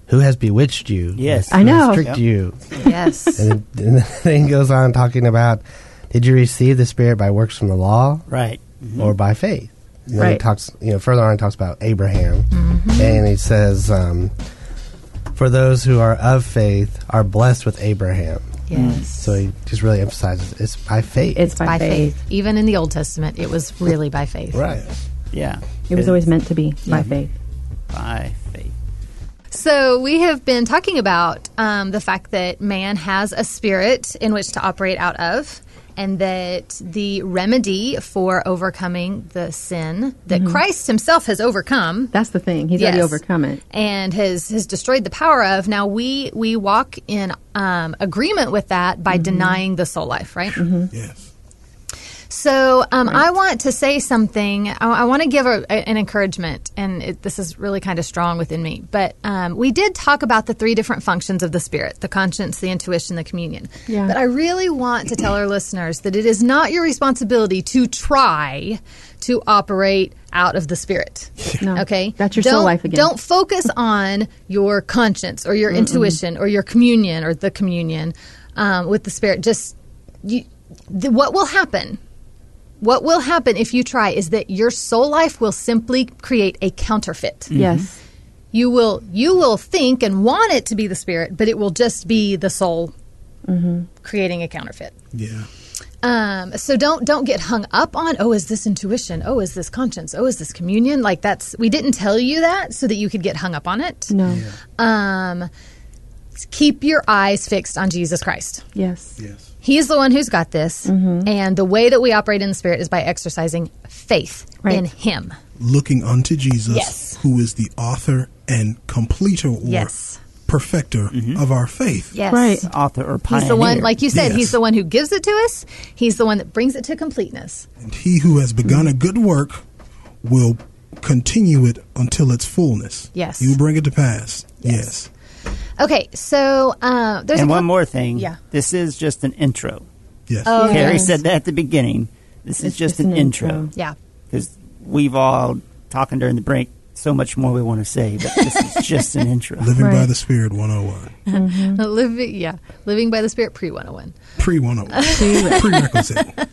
S4: Who has bewitched you?
S3: Yes.
S7: I
S4: Who
S7: know.
S4: has tricked
S3: Yep.
S4: you?
S5: Yes.
S4: And then, and then he goes on talking about, Did you receive the Spirit by works from the law?
S3: Right.
S4: or by faith. And then he
S7: Right. Mm-hmm.
S4: talks, you know, further on, he talks about Abraham, and he says, um, "For those who are of faith are blessed with Abraham."
S5: yes.
S4: So he just really emphasizes it's by faith,
S7: It's by,
S5: by
S7: faith.
S5: faith. Even in the Old Testament, it was really by faith.
S4: right?
S3: Yeah.
S7: It was always meant to be by faith.
S3: by faith.
S5: So, we have been talking about um, the fact that man has a spirit in which to operate out of, and that the remedy for overcoming the sin that Christ himself has overcome
S7: That's the thing. He's already
S5: Yes.
S7: overcome it.
S5: and has, has destroyed the power of, now we, we walk in um, agreement with that by denying the soul life, right?
S2: Mm-hmm. Yes.
S5: So um, I want to say something. I, I want to give a, a- an encouragement, and it, this is really kind of strong within me. But um, we did talk about the three different functions of the spirit: the conscience, the intuition, the communion.
S7: Yeah.
S5: But I really want to tell our listeners that it is not your responsibility to try to operate out of the spirit.
S7: No.
S5: Okay,
S7: That's your
S5: don't,
S7: soul life again.
S5: Don't focus on your conscience or your intuition or your communion or the communion um, with the spirit. Just you, the, what will happen what will happen if you try is that your soul life will simply create a counterfeit.
S7: Yes.
S2: Mm-hmm.
S5: You will you will think and want it to be the spirit, but it will just be the soul creating a counterfeit.
S2: Yeah.
S5: Um, so don't don't get hung up on oh is this intuition oh is this conscience oh is this communion like that's we didn't tell you that so that you could get hung up on it
S7: No.
S5: um, keep your eyes fixed on Jesus Christ.
S7: Yes.
S2: Yes.
S5: He's the one who's got this.
S7: Mm-hmm.
S5: And the way that we operate in the Spirit is by exercising faith
S7: Right.
S5: in Him.
S2: Looking unto Jesus,
S5: Yes.
S2: who is the author and completer or
S5: Yes.
S2: perfecter of our faith.
S5: Yes.
S7: Right.
S3: Author or pioneer.
S5: He's the one, like you said,
S2: Yes.
S5: he's the one who gives it to us. He's the one that brings it to completeness.
S2: And he who has begun a good work will continue it until its fullness.
S5: Yes.
S2: He will bring it to pass. Yes.
S5: Okay, so uh, there's
S3: and
S5: a
S3: one
S5: cou-
S3: more thing.
S5: Yeah.
S3: This is just an intro.
S2: Yes.
S5: Oh,
S3: Carrie
S5: yes.
S3: said that at the beginning. This is
S7: It's
S3: just, an, intro.
S5: Yeah.
S3: Because we've all talking during the break so much more we want to say, but this is just an intro.
S2: Living by
S7: Right.
S2: the Spirit 101.
S5: Living, yeah, living by the Spirit oh pre 101.
S2: Pre 101. Prerequisite.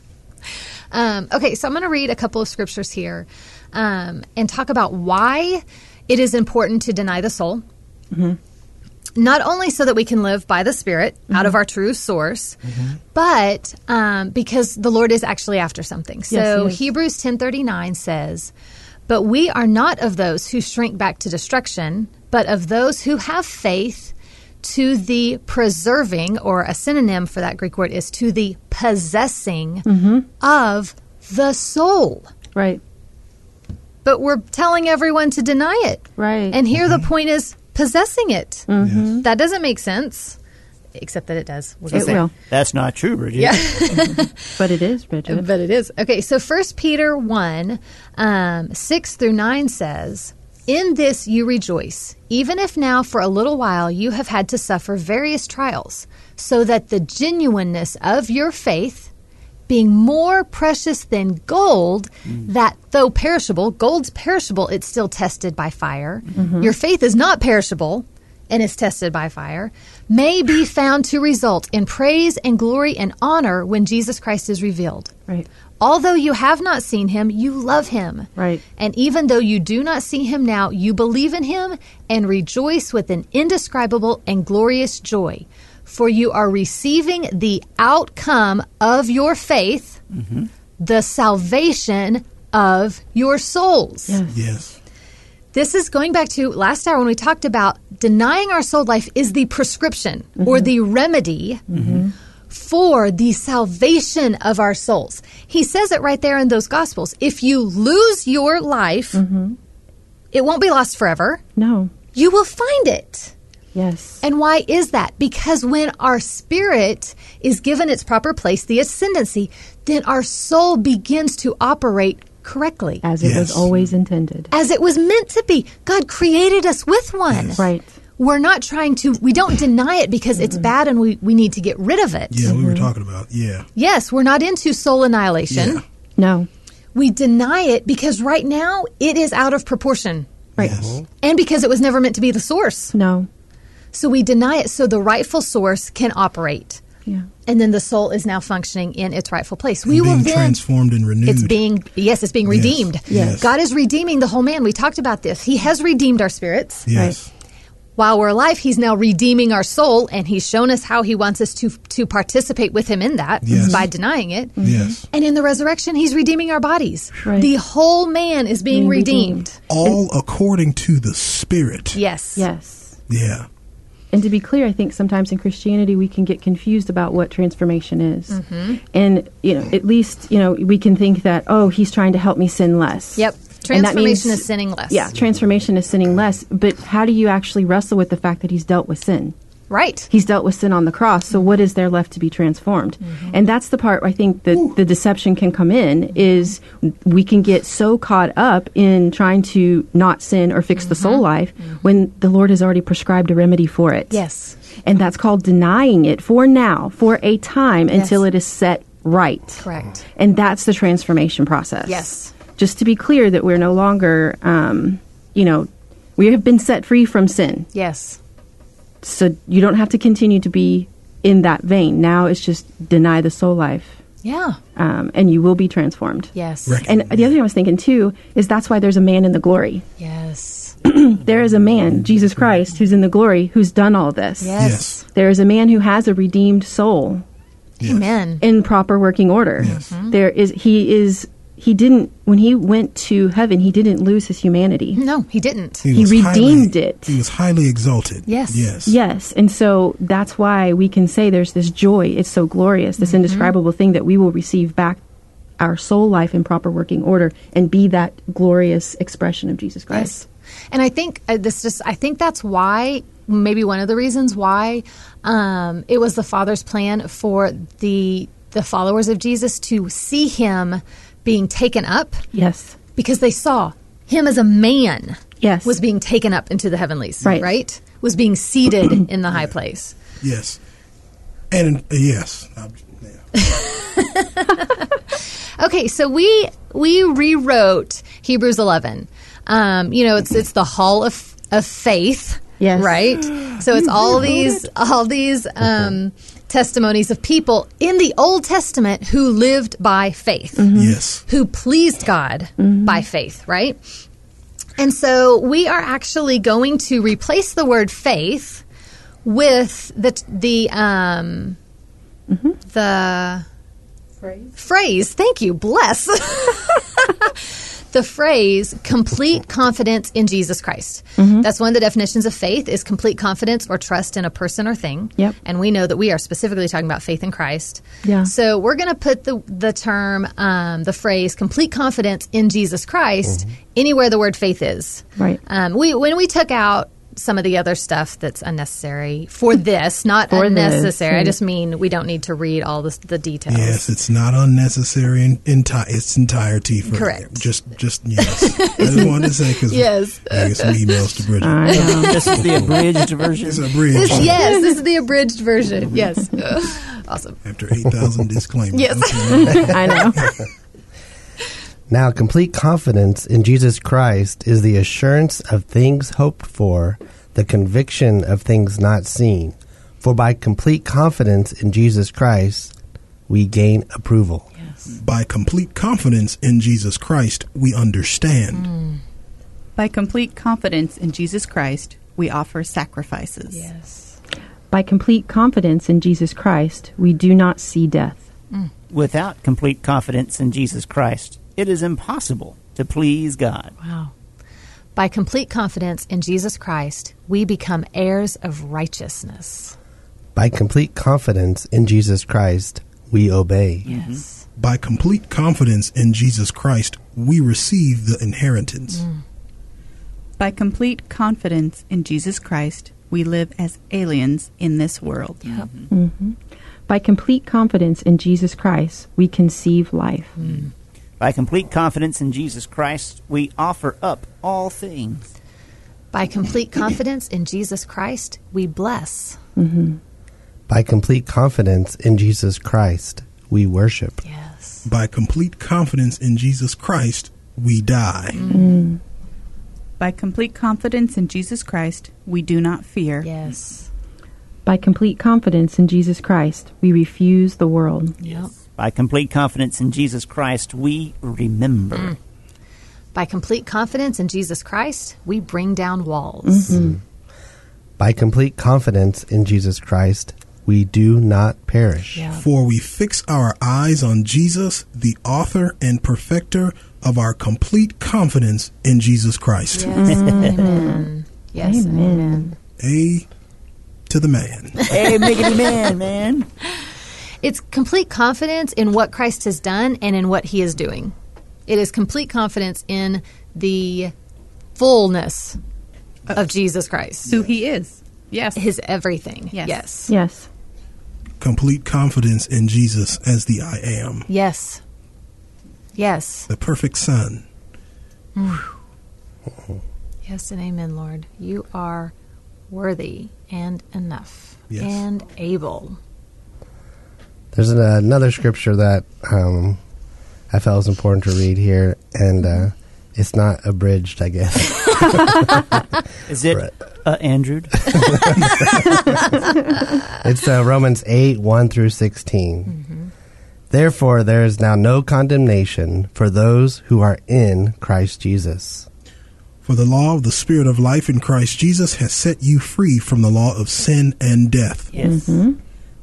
S5: Um, okay, so I'm going to read a couple of scriptures here um, and talk about why it is important to deny the soul.
S7: Mm-hmm.
S5: Not only so that we can live by the Spirit out
S7: Mm-hmm.
S5: of our true source, but um, because the Lord is actually after something. So
S7: He is.
S5: Hebrews 10:39 says, "But we are not of those who shrink back to destruction, but of those who have faith to the preserving or a synonym for that Greek word is to the possessing
S7: Mm-hmm.
S5: of the soul."
S7: Right.
S5: But we're telling everyone to deny it.
S7: Right.
S5: And here
S7: Mm-hmm.
S5: the point is possessing it. That doesn't make sense, except that it does. We'll get
S7: It
S5: there.
S7: will.
S3: That's not true, Bridget.
S5: Yeah.
S7: But it is, Bridget.
S5: But it is. Okay, so First Peter 1 um, 6 through 9 says, In this you rejoice, even if now for a little while you have had to suffer various trials, so that the genuineness of your faith, being more precious than gold,
S7: Mm.
S5: that though perishable, gold's perishable, it's still tested by fire.
S7: Mm-hmm.
S5: Your faith is not perishable and is tested by fire, may be found to result in praise and glory and honor when Jesus Christ is revealed.
S7: Right.
S5: Although you have not seen him, you love him.
S7: Right.
S5: And even though you do not see him now, you believe in him and rejoice with an indescribable and glorious joy. For you are receiving the outcome of your faith, the salvation of your souls.
S2: Yes.
S5: This is going back to last hour when we talked about denying our soul life is the prescription or the remedy for the salvation of our souls. He says it right there in those gospels. If you lose your life, it won't be lost forever.
S7: No.
S5: You will find it.
S7: Yes.
S5: And why is that? Because when our spirit is given its proper place, the ascendancy, then our soul begins to operate correctly
S7: As it was
S2: Yes.
S7: always intended.
S5: as it was meant to be. God created us with one.
S7: Right.
S5: We're not trying to, we don't deny it because it's bad and we, we need to get rid of it.
S2: Mm-hmm. Yeah, we were talking about. Yeah.
S5: Yes, we're not into soul annihilation.
S2: Yeah.
S7: No.
S5: We deny it because right now it is out of proportion
S7: Right.
S2: Yes.
S5: and because it was never meant to be the source.
S7: No.
S5: So we deny it so the rightful source can operate.
S7: Yeah.
S5: And then the soul is now functioning in its rightful place. We will
S2: being
S5: then
S2: transformed and renewed.
S5: It's being yes, it's being
S2: Yes.
S5: redeemed.
S2: Yes.
S5: God is redeeming the whole man. We talked about this. He has redeemed our spirits.
S2: Yes.
S5: while we're alive, he's now redeeming our soul, and he's shown us how he wants us to to participate with him in that
S2: Yes.
S5: by denying it.
S2: Yes.
S5: And in the resurrection, he's redeeming our bodies.
S7: Right.
S5: The whole man is being redeemed.
S2: All according to the Spirit.
S5: Yes.
S7: Yes.
S2: Yeah.
S7: And to be clear, I think sometimes in Christianity we can get confused about what transformation is.
S5: Mm-hmm.
S7: And, you know, at least, you know, we can think that, oh, he's trying to help me sin less.
S5: Yep.
S7: And that means-
S5: Transformation is sinning less.
S7: Yeah, transformation is sinning less. But how do you actually wrestle with the fact that he's dealt with sin?
S5: Right.
S7: He's dealt with sin on the cross, so what is there left to be transformed?
S5: Mm-hmm.
S7: And that's the part I think that the deception can come in is we can get so caught up in trying to not sin or fix the
S5: Mm-hmm.
S7: soul life when the Lord has already prescribed a remedy for it.
S5: Yes.
S7: And that's called denying it for now, for a time until it is set right.
S5: Correct.
S7: And that's the transformation process.
S5: Yes.
S7: Just to be clear that we're no longer, um, you know, we have been set free from sin.
S5: Yes.
S7: So you don't have to continue to be in that vein. Now it's just deny the soul life
S5: Yeah.
S7: um, and you will be transformed.
S5: Yes.
S2: Right.
S7: And the other thing I was thinking too is that's why there's a man in the glory.
S5: Yes.
S7: There is a man, Jesus Christ, who's in the glory, who's done all this.
S5: Yes.
S7: There is a man who has a redeemed soul
S2: Yes.
S5: Amen.
S7: in proper working order. There is he is he didn't when he went to heaven, he didn't lose his humanity.
S5: No, he didn't.
S7: He
S2: was highly-
S7: redeemed it.
S2: He was highly exalted.
S5: Yes.
S2: Yes.
S7: Yes, and so that's why we can say there's this joy. It's so glorious, this indescribable thing that we will receive back our soul life in proper working order and be that glorious expression of Jesus
S5: Yes.
S7: Christ.
S5: And I think uh, this just I think that's why maybe one of the reasons why um, it was the Father's plan for the the followers of Jesus to see him being taken up
S7: Yes.
S5: because they saw him as a man
S7: Yes.
S5: was being taken up into the heavenlies
S7: Right.
S5: right was being seated in the high place
S2: Yes. And uh, yes. I- yeah.
S5: Okay, so we we rewrote Hebrews 11. Um, you know, it's it's the hall of of faith,
S7: Yes.
S5: right? So it's all these all these um, testimonies of people in the Old Testament who lived by faith,
S2: Yes.
S5: who pleased God by faith, right? And so we are actually going to replace the word faith with the the um, the phrase. Thank you. Bless. the phrase complete confidence in Jesus Christ. That's one of the definitions of faith is complete confidence or trust in a person or thing.
S7: Yep.
S5: And we know that we are specifically talking about faith in Christ.
S7: Yeah.
S5: So we're going to put the the term um, the phrase complete confidence in Jesus Christ anywhere the word faith is.
S7: Right.
S5: Um, we when we took out some of the other stuff that's unnecessary for this, not
S7: For this,
S5: unnecessary. I
S7: right.
S5: just mean we don't need to read all this, the details.
S2: Yes, it's not unnecessary in, enti- its entirety. For
S5: Correct.
S2: Just, just yes. I just wanted to say because
S5: Yes.
S2: I get some emails to Bridget.
S7: I know.
S3: This is the abridged
S2: It's
S3: version.
S2: a bridge
S5: yes, this is the abridged version. Yes. awesome.
S2: after eight thousand disclaimers.
S5: Yes.
S2: Okay.
S7: I know.
S4: Now, complete confidence in Jesus Christ is the assurance of things hoped for, the conviction of things not seen. For by complete confidence in Jesus Christ, we gain approval.
S2: By complete confidence in Jesus Christ, we understand.
S8: By complete confidence in Jesus Christ, we offer sacrifices.
S5: Yes.
S7: By complete confidence in Jesus Christ, we do not see death.
S3: Without complete confidence in Jesus Christ, it is impossible to please God.
S5: Wow. By complete confidence in Jesus Christ, we become heirs of righteousness.
S4: By complete confidence in Jesus Christ, we obey.
S8: Mm-hmm.
S5: Yes.
S2: By complete confidence in Jesus Christ, we receive the inheritance.
S8: By complete confidence in Jesus Christ, we live as aliens in this world.
S7: By complete confidence in Jesus Christ, we conceive life.
S3: By complete confidence in Jesus Christ, we offer up all things.
S5: By complete confidence in Jesus Christ, we bless.
S4: By complete confidence in Jesus Christ, we worship.
S5: Yes.
S2: By complete confidence in Jesus Christ, we die.
S8: By complete confidence in Jesus Christ, we do not fear.
S5: Yes.
S7: By complete confidence in Jesus Christ, we refuse the world.
S5: Yep.
S3: By complete confidence in Jesus Christ, we remember.
S5: By complete confidence in Jesus Christ, we bring down walls.
S4: By complete confidence in Jesus Christ, we do not perish.
S5: Yeah.
S2: For we fix our eyes on Jesus, the author and perfecter of our complete confidence in Jesus Christ.
S5: Yes. Amen. Yes.
S7: Amen.
S2: A to the man.
S3: hey, miggity man, man.
S5: It's complete confidence in what Christ has done and in what he is doing. It is complete confidence in the fullness of Jesus Christ,
S8: Uh, Who he is. Yes.
S5: his everything.
S8: Yes.
S5: Yes.
S7: Yes.
S2: Complete confidence in Jesus as the I am,
S5: Yes. Yes.
S2: the perfect Son.
S5: Yes, and amen, Lord. You are worthy and enough
S2: Yes.
S5: and able.
S4: There's an, another scripture that um, I felt was important to read here, and uh, it's not abridged, I guess.
S3: Is it
S4: Right.
S3: uh, Andrew?
S4: it's uh, Romans 8 1 through 16. Therefore, there is now no condemnation for those who are in Christ Jesus.
S2: For the law of the Spirit of life in Christ Jesus has set you free from the law of sin and death.
S3: Yes.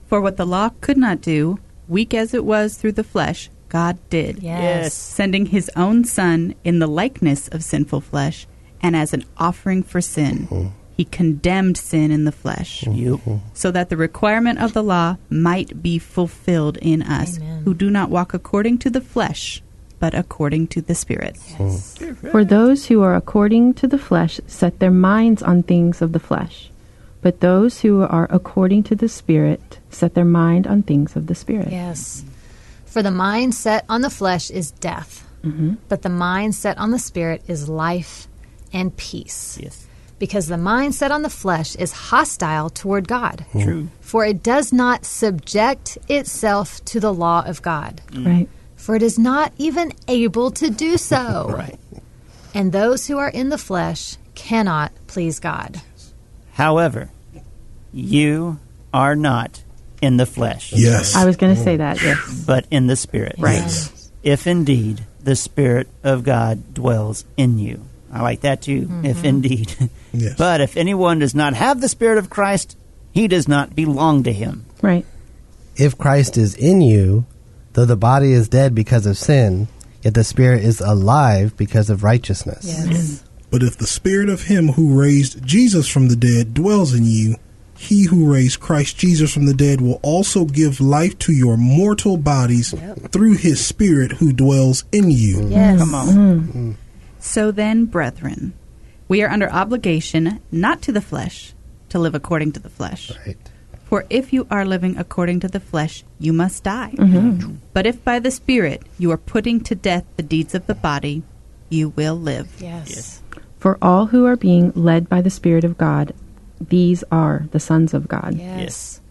S8: For what the law could not do, weak as it was through the flesh, God did,
S9: Yes.
S8: sending his own Son in the likeness of sinful flesh and as an offering for sin. He condemned sin in the flesh
S3: You.
S8: so that the requirement of the law might be fulfilled in us
S9: Amen.
S8: who do not walk according to the flesh, but according to the Spirit.
S7: For those who are according to the flesh set their minds on things of the flesh, but those who are according to the Spirit set their mind on things of the Spirit.
S9: Yes.
S5: For the mind set on the flesh is death,
S3: Mm-hmm.
S5: but the mind set on the spirit is life and peace.
S3: Yes.
S5: Because the mind set on the flesh is hostile toward God.
S3: True.
S5: For it does not subject itself to the law of God,
S7: Right?
S5: for it is not even able to do so.
S3: Right.
S5: And those who are in the flesh cannot please God.
S3: However, you are not in the flesh,
S2: Yes.
S7: I was going to say that, yes.
S3: but in the spirit.
S7: Right.
S3: If indeed the spirit of God dwells in you. I like that too.
S5: Mm-hmm.
S3: If indeed.
S2: Yes.
S3: But if anyone does not have the spirit of Christ, he does not belong to him.
S7: Right.
S4: If Christ is in you, though the body is dead because of sin, yet the spirit is alive because of righteousness.
S9: Yes.
S2: But if the spirit of him who raised Jesus from the dead dwells in you, he who raised Christ Jesus from the dead will also give life to your mortal bodies through his spirit who dwells in you.
S9: Yes.
S3: Come on.
S8: So then, brethren, we are under obligation not to the flesh to live according to the flesh.
S4: Right.
S8: For if you are living according to the flesh, you must die. But if by the Spirit you are putting to death the deeds of the body, you will live.
S9: Yes.
S7: For all who are being led by the Spirit of God, these are the sons of God.
S5: Yes.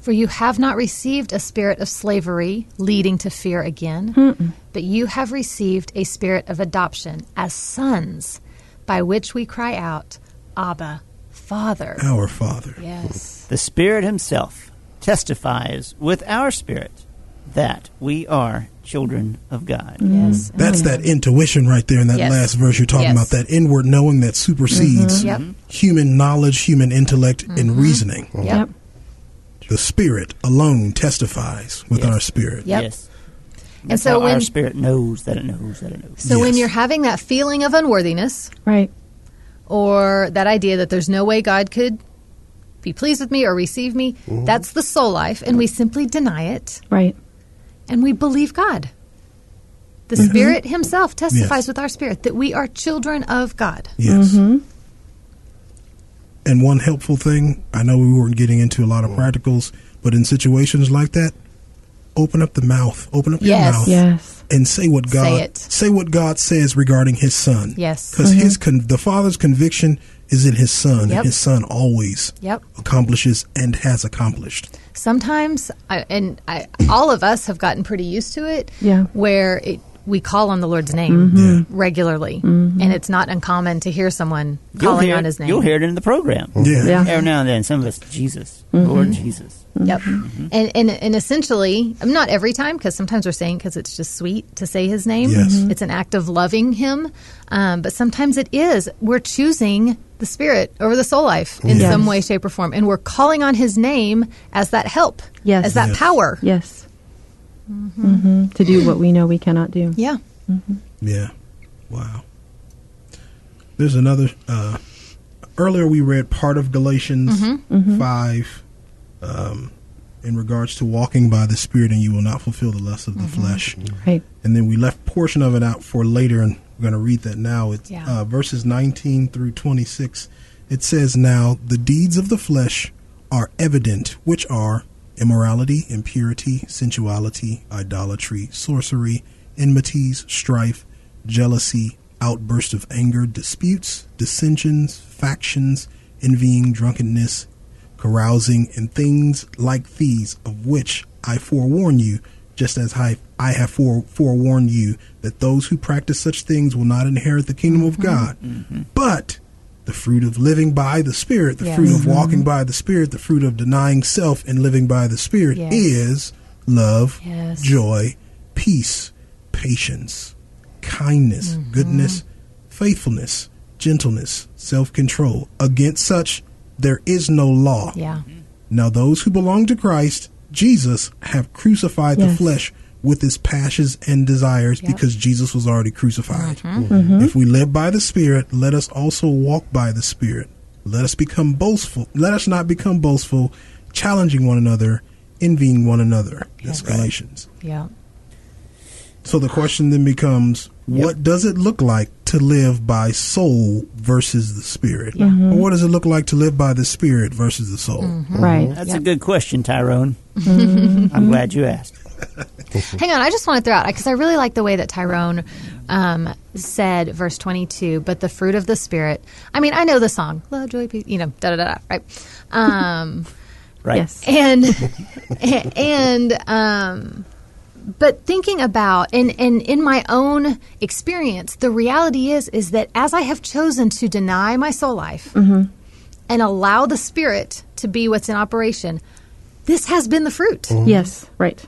S5: For you have not received a spirit of slavery leading to fear again, but you have received a spirit of adoption as sons, by which we cry out, Abba, Father.
S2: Our Father.
S9: Yes.
S3: The Spirit Himself testifies with our spirit that we are children of God.
S9: Yes.
S2: That's that intuition right there in that
S9: Yes.
S2: last verse you're talking
S9: Yes.
S2: about, that inward knowing that supersedes
S5: Mm-hmm. Yep.
S2: human knowledge, human intellect, and reasoning.
S7: Yep.
S2: The spirit alone testifies with
S3: Yes.
S2: our spirit.
S5: Yep.
S3: Yes.
S5: And
S3: That's
S5: so
S3: how our
S5: when-
S3: spirit knows that it knows that it knows.
S5: So when
S2: Yes.
S5: you're having that feeling of unworthiness
S7: Right.
S5: or that idea that there's no way God could be pleased with me or receive me, that's the soul life, and we simply deny it
S7: Right.
S5: and we believe God. The
S7: Mm-hmm.
S5: Spirit Himself testifies with our spirit that we are children of God.
S2: Yes.
S5: Mm-hmm.
S2: And one helpful thing, I know we weren't getting into a lot of practicals, but in situations like that, open up the mouth, open up your
S5: Yes.
S2: mouth,
S7: Yes.
S2: and say what God
S5: Say it.
S2: what God says regarding His Son.
S5: Yes. Mm-hmm.
S2: because His con- the Father's conviction is in His Son,
S5: Yep.
S2: and His Son always
S5: Yep.
S2: accomplishes and has accomplished.
S5: Sometimes, I, and I, all of us have gotten pretty used to it,
S7: Yeah. Mm-hmm.
S5: where it, we call on the Lord's name
S2: Yeah.
S5: regularly, and it's not uncommon to hear someone
S3: you'll
S5: calling
S3: hear,
S5: on His name.
S3: You'll hear it in the program.
S2: Yeah.
S7: Yeah.
S3: Every now and then, some of us, Jesus,
S5: Mm-hmm.
S3: Lord Jesus.
S5: Yep.
S7: Mm-hmm.
S5: And, and and essentially, um, not every time, because sometimes we're saying because it's just sweet to say his name.
S2: Yes. Mhm.
S5: It's an act of loving him. Um, but sometimes it is. We're choosing the spirit over the soul life in
S7: Yes.
S5: some way, shape, or form. And we're calling on his name as that help,
S7: Yes.
S5: as that Mm-hmm.
S2: Yes.
S5: power.
S7: Yes. hmm To do what we know we cannot do.
S5: Yeah.
S2: Yeah. Wow. There's another. Uh, earlier, we read part of Galatians 5 um, in regards to walking by the Spirit, and you will not fulfill the lust of the flesh.
S7: Right.
S2: And then we left portion of it out for later, and we're going to read that now. It's
S5: Yeah.
S2: uh, verses 19 through 26. It says, Now the deeds of the flesh are evident, which are immorality, impurity, sensuality, idolatry, sorcery, enmities, strife, jealousy, outburst of anger, disputes, dissensions, factions, envying, drunkenness, carousing, and things like these, of which I forewarn you, just as I, I have fore, forewarned you, that those who practice such things will not inherit the kingdom
S5: Mm-hmm.
S2: of God. But the fruit of living by the Spirit, the fruit
S5: Mm-hmm.
S2: of walking by the Spirit, the fruit of denying self and living by the Spirit
S5: Yes.
S2: is love,
S5: Yes.
S2: joy, peace, patience, kindness, goodness, faithfulness, gentleness, self control. Against such, there is no law.
S5: Yeah.
S2: Now, those who belong to Christ, Jesus, have crucified the
S7: Yes.
S2: flesh with his passions and desires
S10: Yep.
S2: because Jesus was already crucified. If we live by the Spirit, let us also walk by the Spirit. Let us become boastful. Let us not become boastful, challenging one another, envying one another. That's Galatians.
S11: Yeah.
S2: So the question then becomes what does it look like to live by soul versus the spirit? Or what does it look like to live by the spirit versus the soul?
S7: Right.
S3: Mm-hmm. That's a good question, Tyrone.
S5: Mm-hmm.
S3: I'm glad you asked.
S5: Hang on, I just want to throw out because I really like the way that Tyrone um, said verse 22, but the fruit of the Spirit. I mean, I know the song, love, joy, peace, you know, da da da, da right? Um,
S3: Right.
S7: Yes.
S5: and and um but thinking about and and in my own experience the reality is is that as i have chosen to deny my soul life and allow the spirit to be what's in operation this has been the fruit
S7: Yes. Right.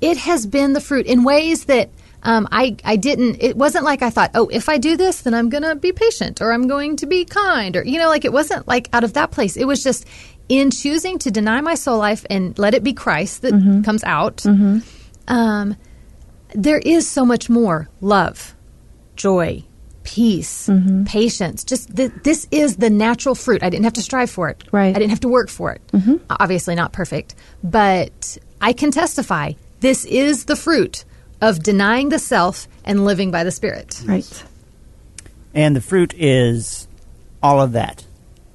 S5: it has been the fruit in ways that um, I, I didn't it wasn't like i thought oh if i do this then i'm going to be patient or i'm going to be kind or you know like it wasn't like out of that place it was just in choosing to deny my soul life and let it be christ that comes out um, there is so much more love joy peace patience just th- this is the natural fruit i didn't have to strive for it
S7: Right.
S5: i didn't have to work for it obviously not perfect but i can testify this is the fruit of denying the self and living by the spirit
S7: Right.
S3: and the fruit is all of that.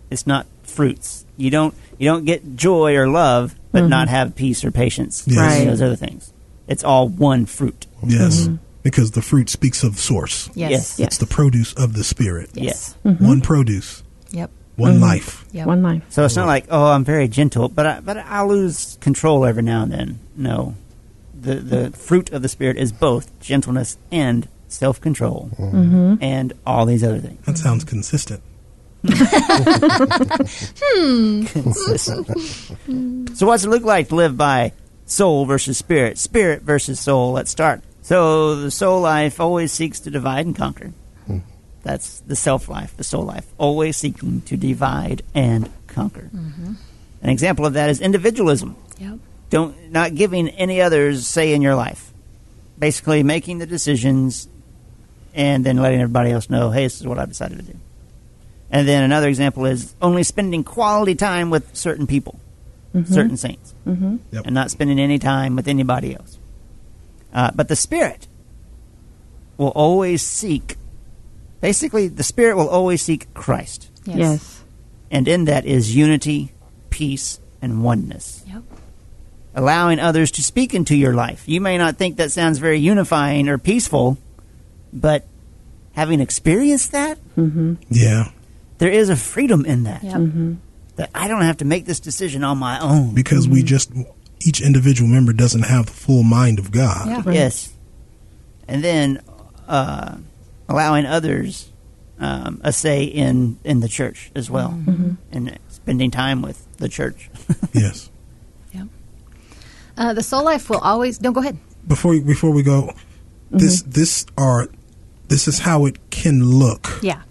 S3: It's not fruits. You don't you don't get joy or love, but
S5: Mm-hmm.
S3: not have peace or patience.
S2: Yes.
S7: Right.
S3: Those other things. It's all one fruit.
S2: Yes. Because the fruit speaks of source.
S3: Yes.
S7: Yes.
S2: It's the produce of the spirit.
S3: Yes.
S2: One produce,
S5: yep
S2: one life.
S5: yep
S7: One line.
S3: So it's not like oh, I'm very gentle, but I, but I lose control every now and then. No, the the fruit of the spirit is both gentleness and self control, and all these other things.
S2: That sounds consistent.
S3: so what's it look like to live by soul versus spirit spirit versus soul let's start so the soul life always seeks to divide and conquer that's the self life the soul life always seeking to divide and conquer an example of that is individualism
S5: yep
S3: don't not giving any others say in your life basically making the decisions and then letting everybody else know hey this is what i decided to do and then another example is only spending quality time with certain people certain saints
S2: Yep.
S3: and not spending any time with anybody else uh, but the spirit will always seek basically the spirit will always seek christ
S5: yes,
S7: Yes.
S3: and in that is unity peace and oneness
S5: yep
S3: allowing others to speak into your life. You may not think that sounds very unifying or peaceful, but having experienced that,
S2: Yeah.
S3: there is a freedom in that.
S5: yep
S3: That I don't have to make this decision on my own.
S2: Because we just, each individual member doesn't have the full mind of God.
S5: Yeah.
S3: Yes. And then uh, allowing others um, a say in, in the church as well, and spending time with the church.
S2: Yes.
S5: uh, the soul life will always no go ahead
S2: Before before we go, this this are this is how it can look.
S5: yeah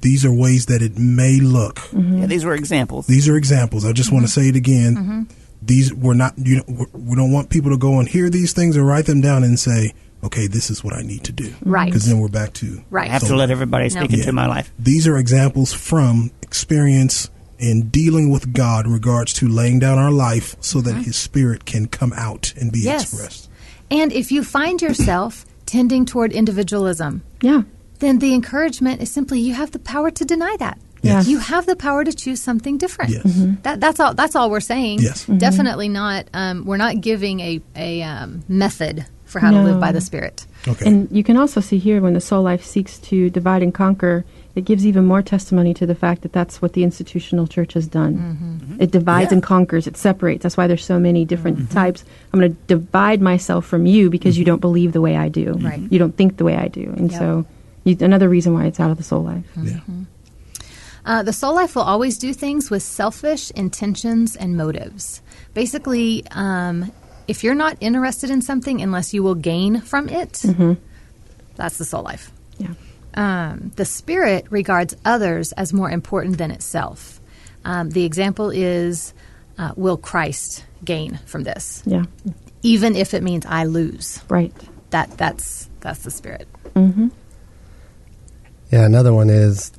S2: These are ways that it may look.
S5: Mm-hmm.
S3: yeah, these were examples.
S2: These are examples. I just want to say it again.
S5: Mm-hmm.
S2: These we're not. You know, we- we don't want people to go and hear these things or write them down and say, "Okay, this is what I need to do."
S5: Right.
S2: Because then we're back to
S3: I
S5: right
S3: have to let everybody speak
S5: No.
S3: into
S2: Yeah.
S3: my life.
S2: These are examples from experience in dealing with God in regards to laying down our life so that His Spirit can come out and be
S5: Mm-hmm. Yes.
S2: expressed.
S5: and if you find yourself tending toward individualism
S7: Yeah.
S5: then the encouragement is simply you have the power to deny that.
S7: Yes.
S5: You have the power to choose something different.
S2: Yes. Mhm.
S5: That, that's all. That's all we're saying.
S2: Yes. Mhm.
S5: Definitely not. Um, we're not giving a a um, method for how to
S7: No.
S5: live by the Spirit.
S2: Okay.
S7: And you can also see here when the soul life seeks to divide and conquer, it gives even more testimony to the fact that that's what the institutional church has done. It divides and conquers, it separates. That's why there's so many different types. I'm going to divide myself from you because you don't believe the way I do.
S5: Right.
S7: You don't think the way I do. And
S5: Yep.
S7: so you, another reason why it's out of the soul life.
S2: yeah.
S5: Mm-hmm. Uh, the soul life will always do things with selfish intentions and motives. Basically, um, if you're not interested in something unless you will gain from it, that's the soul life.
S7: Yeah.
S5: Um, the spirit regards others as more important than itself. Um, the example is uh, will Christ gain from this?
S7: Yeah.
S5: even if it means I lose.
S7: Right. Mm-hmm.
S5: That that's that's the spirit.
S4: Yeah, another one is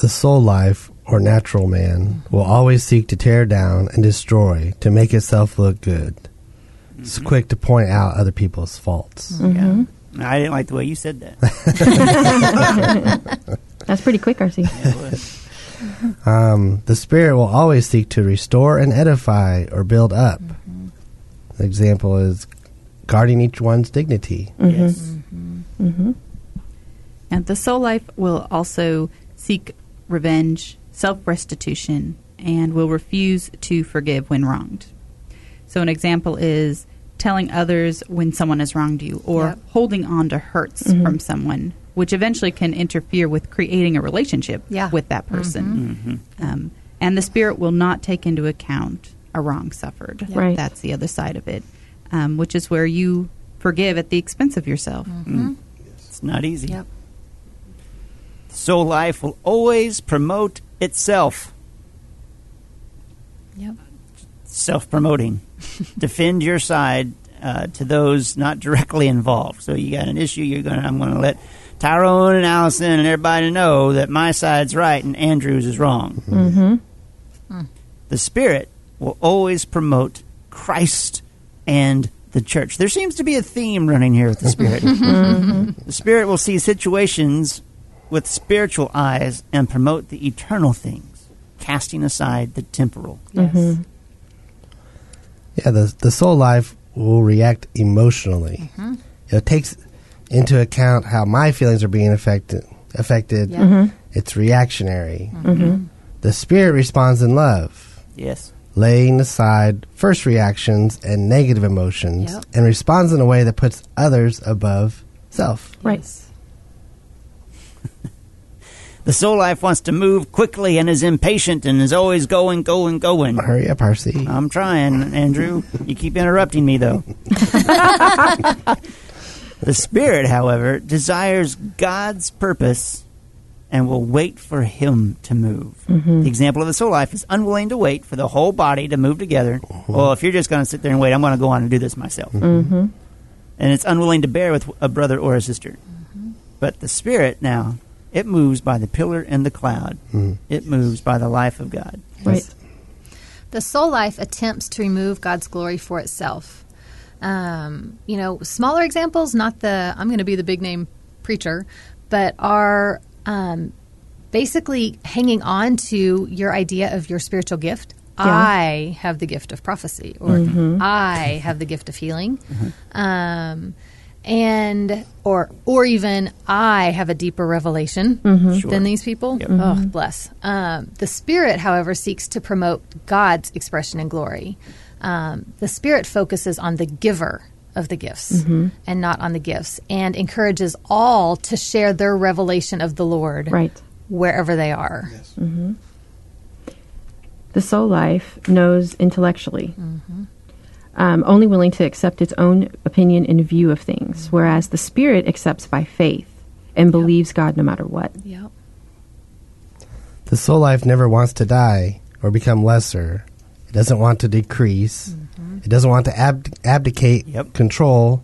S4: the soul life or natural man will always seek to tear down and destroy to make itself look good. It's quick to point out other people's faults.
S3: I didn't like the way you said that.
S7: That's pretty quick, RC.
S3: It was.
S4: Um, the spirit will always seek to restore and edify or build up. The example is guarding each one's dignity.
S3: Yes.
S8: And the soul life will also seek revenge, self restitution, and will refuse to forgive when wronged. So, an example is telling others when someone has wronged you or
S5: Yep. Mm-hmm.
S8: holding on to hurts from someone, which eventually can interfere with creating a relationship
S5: Yeah. Mm-hmm.
S8: with that person. Um, and the spirit will not take into account a wrong suffered.
S7: Right.
S8: That's the other side of it, um, which is where you forgive at the expense of yourself.
S5: Mm-hmm.
S3: It's not easy. So life will always promote itself.
S5: Yep.
S3: Self promoting. Defend your side uh, to those not directly involved. So you got an issue, you're gonna I'm gonna let Tyrone and Allison and everybody know that my side's right and Andrew's is wrong.
S7: Mm-hmm.
S3: the Spirit will always promote Christ and the church. There seems to be a theme running here with the Spirit. the Spirit will see situations with spiritual eyes and promote the eternal things, casting aside the temporal.
S12: Yes.
S4: Yeah, the the soul life will react emotionally. It takes into account how my feelings are being affected. Affected.
S5: Yeah. Mhm.
S4: It's reactionary. The spirit responds in love,
S3: Yes.
S4: laying aside first reactions and negative emotions,
S5: Yep.
S4: and responds in a way that puts others above self.
S7: Right.
S3: The soul life wants to move quickly and is impatient and is always going, going, going.
S4: Hurry up, RC.
S3: I'm trying, Andrew. You keep interrupting me, though. the Spirit, however, desires God's purpose and will wait for Him to move. The example of the soul life is unwilling to wait for the whole body to move together. Well, if you're just going to sit there and wait, I'm going to go on and do this myself. Mm-hmm. And it's unwilling to bear with a brother or a sister. But the Spirit now, it moves by the pillar and the cloud, it moves by the life of God.
S7: Right.
S5: The soul life attempts to remove God's glory for itself. Um, you know, smaller examples, not the I'm going to be the big name preacher, but are um, basically hanging on to your idea of your spiritual gift. I have the gift of prophecy, or I have the gift of healing, um, and or or even I have a deeper revelation than these people. Oh, bless. Um, the spirit, however, seeks to promote God's expression and glory. Um, the spirit focuses on the giver of the gifts and not on the gifts, and encourages all to share their revelation of the Lord
S7: Right.
S5: wherever they are.
S7: The soul life knows intellectually, um, only willing to accept its own opinion and view of things, whereas the spirit accepts by faith and believes God no matter what.
S5: Yep.
S4: The soul life never wants to die or become lesser. It doesn't want to decrease. It doesn't want to ab- abdicate
S3: Yep.
S4: control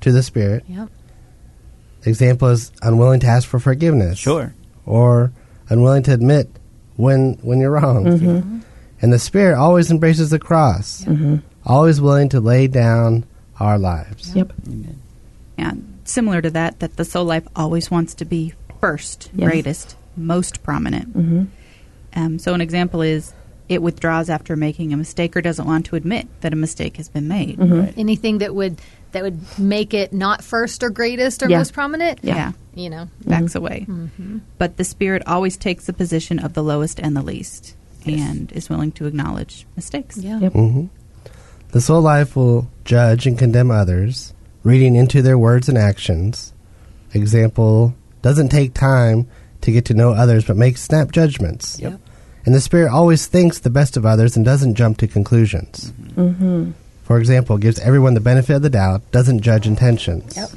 S4: to the spirit.
S5: Yep.
S4: Example is unwilling to ask for forgiveness.
S3: Sure.
S4: Or unwilling to admit when when you're wrong. And the spirit always embraces the cross. Always willing to lay down our lives.
S7: Yep.
S8: Yeah, similar to that, that the soul life always wants to be first,
S7: Yes.
S8: greatest, most prominent. Um, so, an example is it withdraws after making a mistake or doesn't want to admit that a mistake has been made.
S5: Anything that would that would make it not first or greatest or
S7: Yeah.
S5: most prominent.
S8: Yeah.
S5: You know.
S8: backs away. But the spirit always takes the position of the lowest and the least and is willing to acknowledge mistakes.
S5: Yeah.
S7: Yep.
S4: The soul life will judge and condemn others, reading into their words and actions. Example doesn't take time to get to know others, but makes snap judgments.
S3: Yep.
S4: And the spirit always thinks the best of others and doesn't jump to conclusions. For example, gives everyone the benefit of the doubt, doesn't judge intentions.
S5: Yep.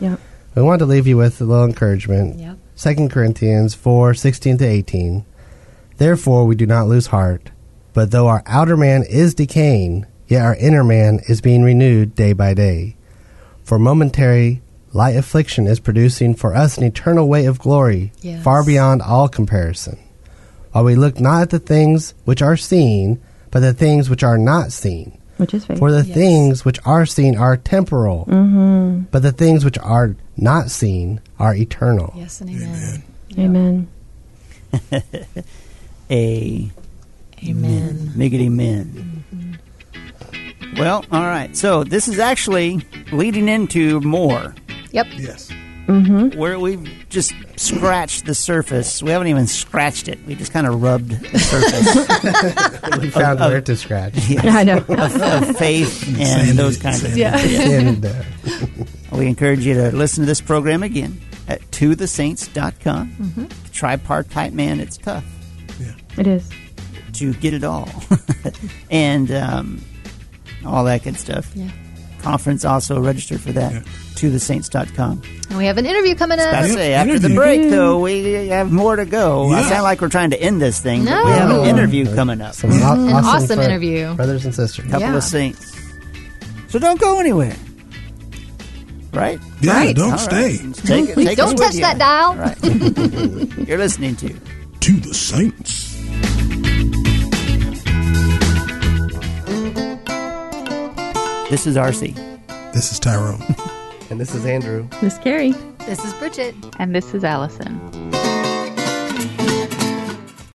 S7: Yep.
S4: We want to leave you with a little encouragement.
S5: Yep.
S4: Second Corinthians four sixteen to eighteen. Therefore we do not lose heart, but though our outer man is decaying, yet our inner man is being renewed day by day. For momentary light affliction is producing for us an eternal weight of glory
S1: Yes.
S4: far beyond all comparison. While we look not at the things which are seen, but the things which are not seen.
S7: which is faith.
S4: For the things which are seen are temporal,
S1: Mm-hmm.
S4: but the things which are not seen are eternal.
S1: Yes and amen.
S7: Amen.
S3: A
S1: Amen.
S3: miggity men. Well, all right. So this is actually leading into more.
S1: Yep.
S2: Yes.
S3: where we've just scratched the surface. We haven't even scratched it. We just kind of rubbed the surface
S4: We
S3: Oh,
S4: found where to scratch.
S7: I know.
S3: of, of faith and
S2: Sand
S3: those
S2: it,
S3: kinds of
S2: sand
S3: things.
S2: it.
S4: And, uh,
S3: We encourage you to listen to this program again at tothesaints.com. Mm-hmm. Tripartite man, it's tough
S7: It is.
S3: to get it all. and um, all that good stuff.
S1: Yeah.
S3: Conference also register for that. tothesaints.com.
S1: And we have an interview coming up.
S3: I say after the
S2: interview.
S3: break, though, we have more to go. I
S2: Yeah.
S3: sound like we're trying to end this thing, but we
S1: No.
S3: have an interview coming up.
S4: some aw-
S1: An Mm-hmm. awesome
S4: fr-
S1: interview.
S4: Brothers and sisters.
S3: couple
S1: Yeah.
S3: of saints. So don't go anywhere. Right?
S2: Yeah,
S1: Right.
S2: don't
S3: All right.
S2: stay
S3: Take, take
S1: Don't
S3: us
S1: touch
S3: with you.
S1: that dial.
S3: Right. You're listening to
S2: to the saints.
S3: This is RC.
S2: This is Tyrone.
S4: And this is Andrew.
S7: This scary.
S1: This is Bridget.
S8: And this is Allison.